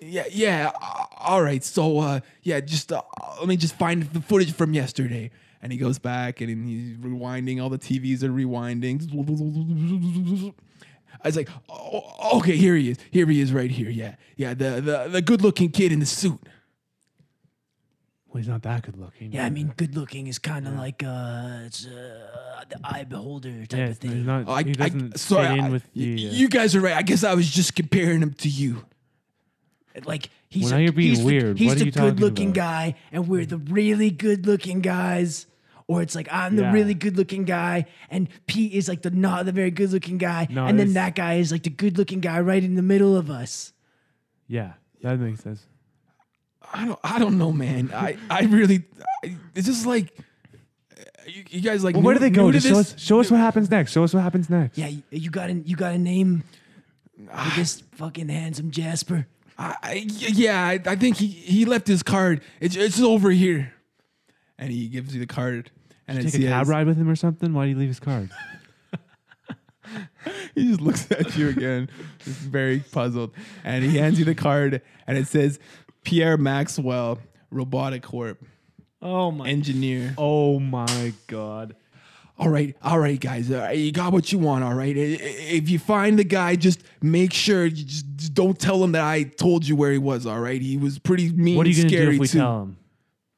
S1: Yeah, yeah. uh, All right. So uh, yeah. Just uh, let me just find the footage from yesterday.
S2: And he goes back, and he's rewinding. All the TVs are rewinding.
S1: I was like, oh, okay, here he is. Here he is, right here. Yeah, yeah. The the the good looking kid in the suit.
S4: Well, he's not that good looking.
S6: Yeah, I mean, good looking is kind of like uh, it's, uh, the eye beholder type
S4: Yeah,
S6: of
S4: it's-
S6: thing.
S4: he's not.
S1: I,
S4: he
S1: I,
S4: doesn't
S1: sorry.
S4: fit in
S1: I-
S4: with
S1: y-
S4: the. uh,
S1: you guys are right. I guess I was just comparing him to you.
S6: like he's
S4: Well,
S6: a,
S4: now you're being
S6: he's the-
S4: weird.
S6: he's
S4: What are
S6: the
S4: you talking
S6: good looking
S4: about?
S6: guy, and we're the really good looking guys. Or it's like I'm the
S4: Yeah.
S6: really good looking guy, and Pete is like the not the very good looking guy,
S4: No,
S6: and then
S4: it's-
S6: that guy is like the good looking guy right in the middle of us.
S4: yeah, that makes sense.
S1: I don't. I don't know, man. I. I really. I, it's just like.
S2: uh,
S1: You, you guys like.
S4: Well, where do
S1: new-
S4: they go?
S1: new to
S4: Just show
S1: this?
S4: us, show us what happens next. Show us what happens next.
S6: Yeah, you, you got a you got a name for this fucking handsome Jasper.
S1: I, I- yeah, I, I think he, he left his card. It's it's over here.
S2: and he gives you the card. And
S4: Take
S2: it's
S4: a
S2: he
S4: cab
S2: has-
S4: ride with him or something. Why do you leave his card?
S2: he just looks at you again, just very puzzled, and he hands you the card, and it says Pierre Maxwell, Robotic Corp,
S5: Oh my.
S2: engineer.
S4: Oh my god.
S6: All right, all right, guys. All right, you got what you want. All right. I- I- If you find the guy, just make sure you just just don't tell him that I told you where he was. All right. He was pretty mean.
S4: What are you
S6: and
S4: gonna do
S6: scary
S4: if we
S6: too.
S4: tell him?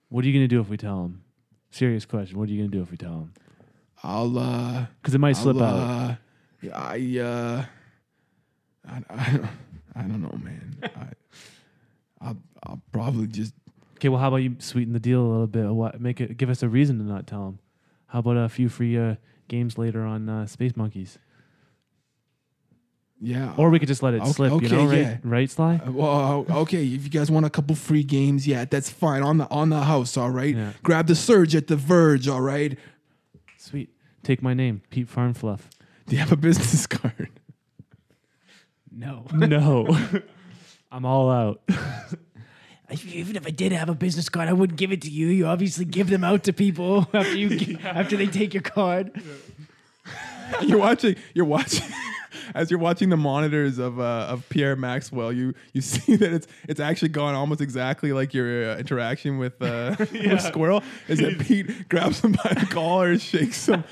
S4: What are you gonna do if we tell him? Serious question. What are you gonna do if we tell him?
S6: I'll uh,
S4: Because it might slip
S6: I'll,
S4: out.
S6: uh, I uh, I, I, don't- I don't know, man. I, I'll, I'll probably just
S4: Okay, well, how about you sweeten the deal a little bit? What make it? Give us a reason to not tell him. How about a few free uh, games later on uh, Space Monkeys?
S6: yeah.
S4: Or we could just let it
S6: Okay-
S4: slip. you
S6: okay,
S4: know, right?
S6: yeah.
S4: Right, Sly?
S6: Uh, Well, uh, okay. If you guys want a couple free games, yeah, that's fine. On the on the house, all right.
S4: Yeah.
S6: Grab the surge at the verge, all right.
S4: Sweet. Take my name, Pete Farmfluff.
S2: Do you have a business card?
S5: No.
S4: No, I'm all out.
S3: I- Even if I did have a business card, I wouldn't give it to you. You obviously give them out to people after you g after they take your card.
S2: you're watching you're watching as you're watching the monitors of uh, of Pierre Maxwell you you see that it's it's actually gone almost exactly like your uh, interaction with uh with squirrel is that Pete grabs him by the collar shakes him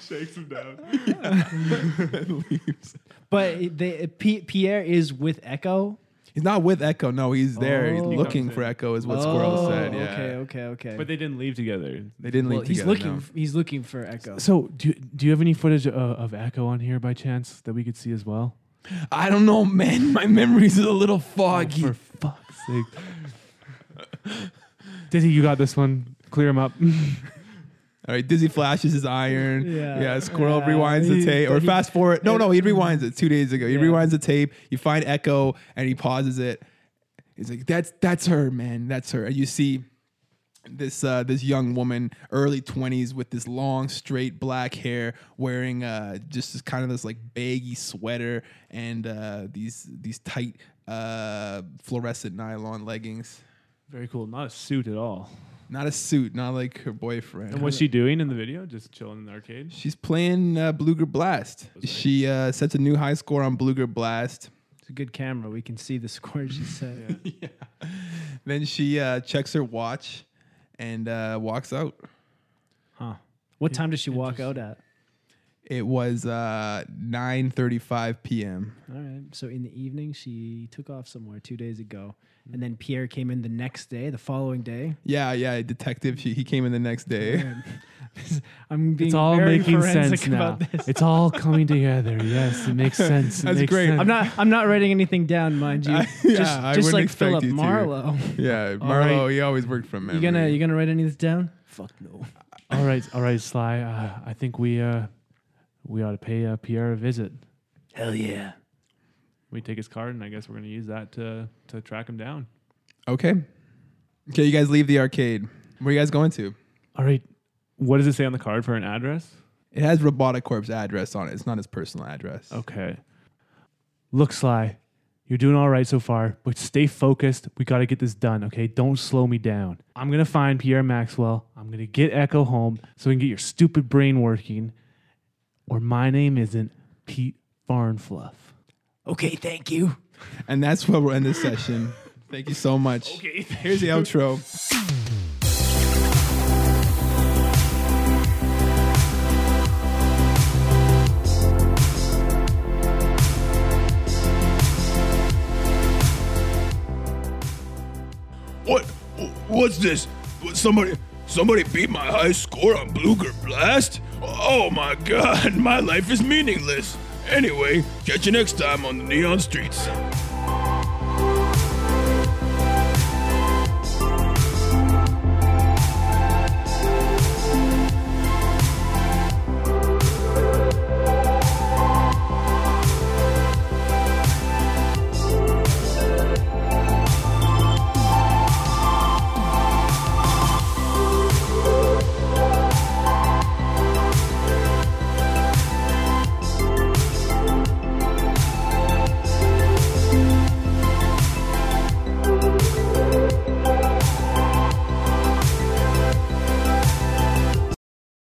S2: shakes him down and leaves
S5: But they, P- Pierre is with Echo.
S2: he's not with Echo no he's there he's
S5: Oh.
S2: looking for Echo is what squirrel said yeah
S5: Okay. Okay. Okay.
S4: But they didn't leave together.
S2: they didn't
S5: well,
S2: leave
S5: he's
S2: together
S5: looking.
S2: no.
S5: f- He's looking for Echo.
S4: So, do do you have any footage of, of Echo on here by chance that we could see as well?
S6: I don't know, man. My memories are a
S5: Oh,
S6: little foggy.
S4: For fuck's sake, Dizzy, you got this one. Clear him up.
S2: All right, Dizzy flashes his iron. Yeah,
S5: Yeah.
S2: Squirrel
S5: Yeah.
S2: rewinds the
S5: He-
S2: tape or
S5: he-
S2: fast forward. No, no, he rewinds it two days ago. He
S5: Yeah.
S2: rewinds the tape. You find Echo and he pauses it.
S6: He's like, that's that's her, man. That's her.
S2: And you see this uh, this young woman, early twenties, with this long, straight black hair, wearing uh, just this kind of this like baggy sweater and uh, these these tight uh, fluorescent nylon leggings.
S4: Very cool. Not a suit at all.
S2: Not a suit, not like her boyfriend.
S4: And what's she doing in the video? Just chilling in the arcade.
S2: She's playing uh, Bluger Blast. She uh, sets a new high score on Bluger Blast.
S5: It's a good camera. We can see the score she said.
S2: Then she uh, checks her watch and uh, walks out.
S5: Huh. What time does she walk out at?
S2: It was uh, 9:35 p.m.
S5: All right. So in the evening, she took off somewhere two days ago,
S2: Mm.
S5: and then Pierre came in the next day, the following day.
S2: Yeah, yeah, detective. She, he came in the next day.
S5: I'm being
S4: It's all
S5: very
S4: making
S5: forensic
S4: sense now.
S5: about this.
S4: It's all coming together. Yes, it makes sense. It
S2: That's
S4: makes
S2: great.
S4: sense.
S5: I'm not. I'm not writing anything down, mind you.
S2: I- yeah,
S5: just
S2: I
S5: just
S2: wouldn't
S5: like
S2: expect
S5: Philip
S2: you to.
S5: Marlowe.
S2: yeah,
S5: All
S2: Marlo.
S5: right.
S2: He always worked from memory.
S5: You gonna you gonna write any of this down?
S3: Fuck no.
S4: All right, all right, Sly. Uh, I think we uh, we ought to pay uh, Pierre a visit.
S3: Hell yeah.
S4: We take his card, and I guess we're gonna use that to to track him down.
S2: okay. Okay, you guys leave the arcade. Where you guys going to?
S4: All right. What does it say on the card for an address?
S2: It has Robotic Corp's address on it. It's not his personal address.
S4: Okay. Look, Sly, you're doing all right so far, but stay focused. We got to get this done, okay? Don't slow me down. I'm going to find Pierre Maxwell. I'm going to get Echo home so we can get your stupid brain working, or my name isn't Pete Farnfluff.
S3: Okay, thank you.
S2: And that's where we'll end this session. Thank you so much. Okay. Here's the outro.
S1: What? What's this? Somebody, somebody beat my high score on Bluger Blast? Oh my god, my life is meaningless. Anyway, catch you next time on the Neon Streets.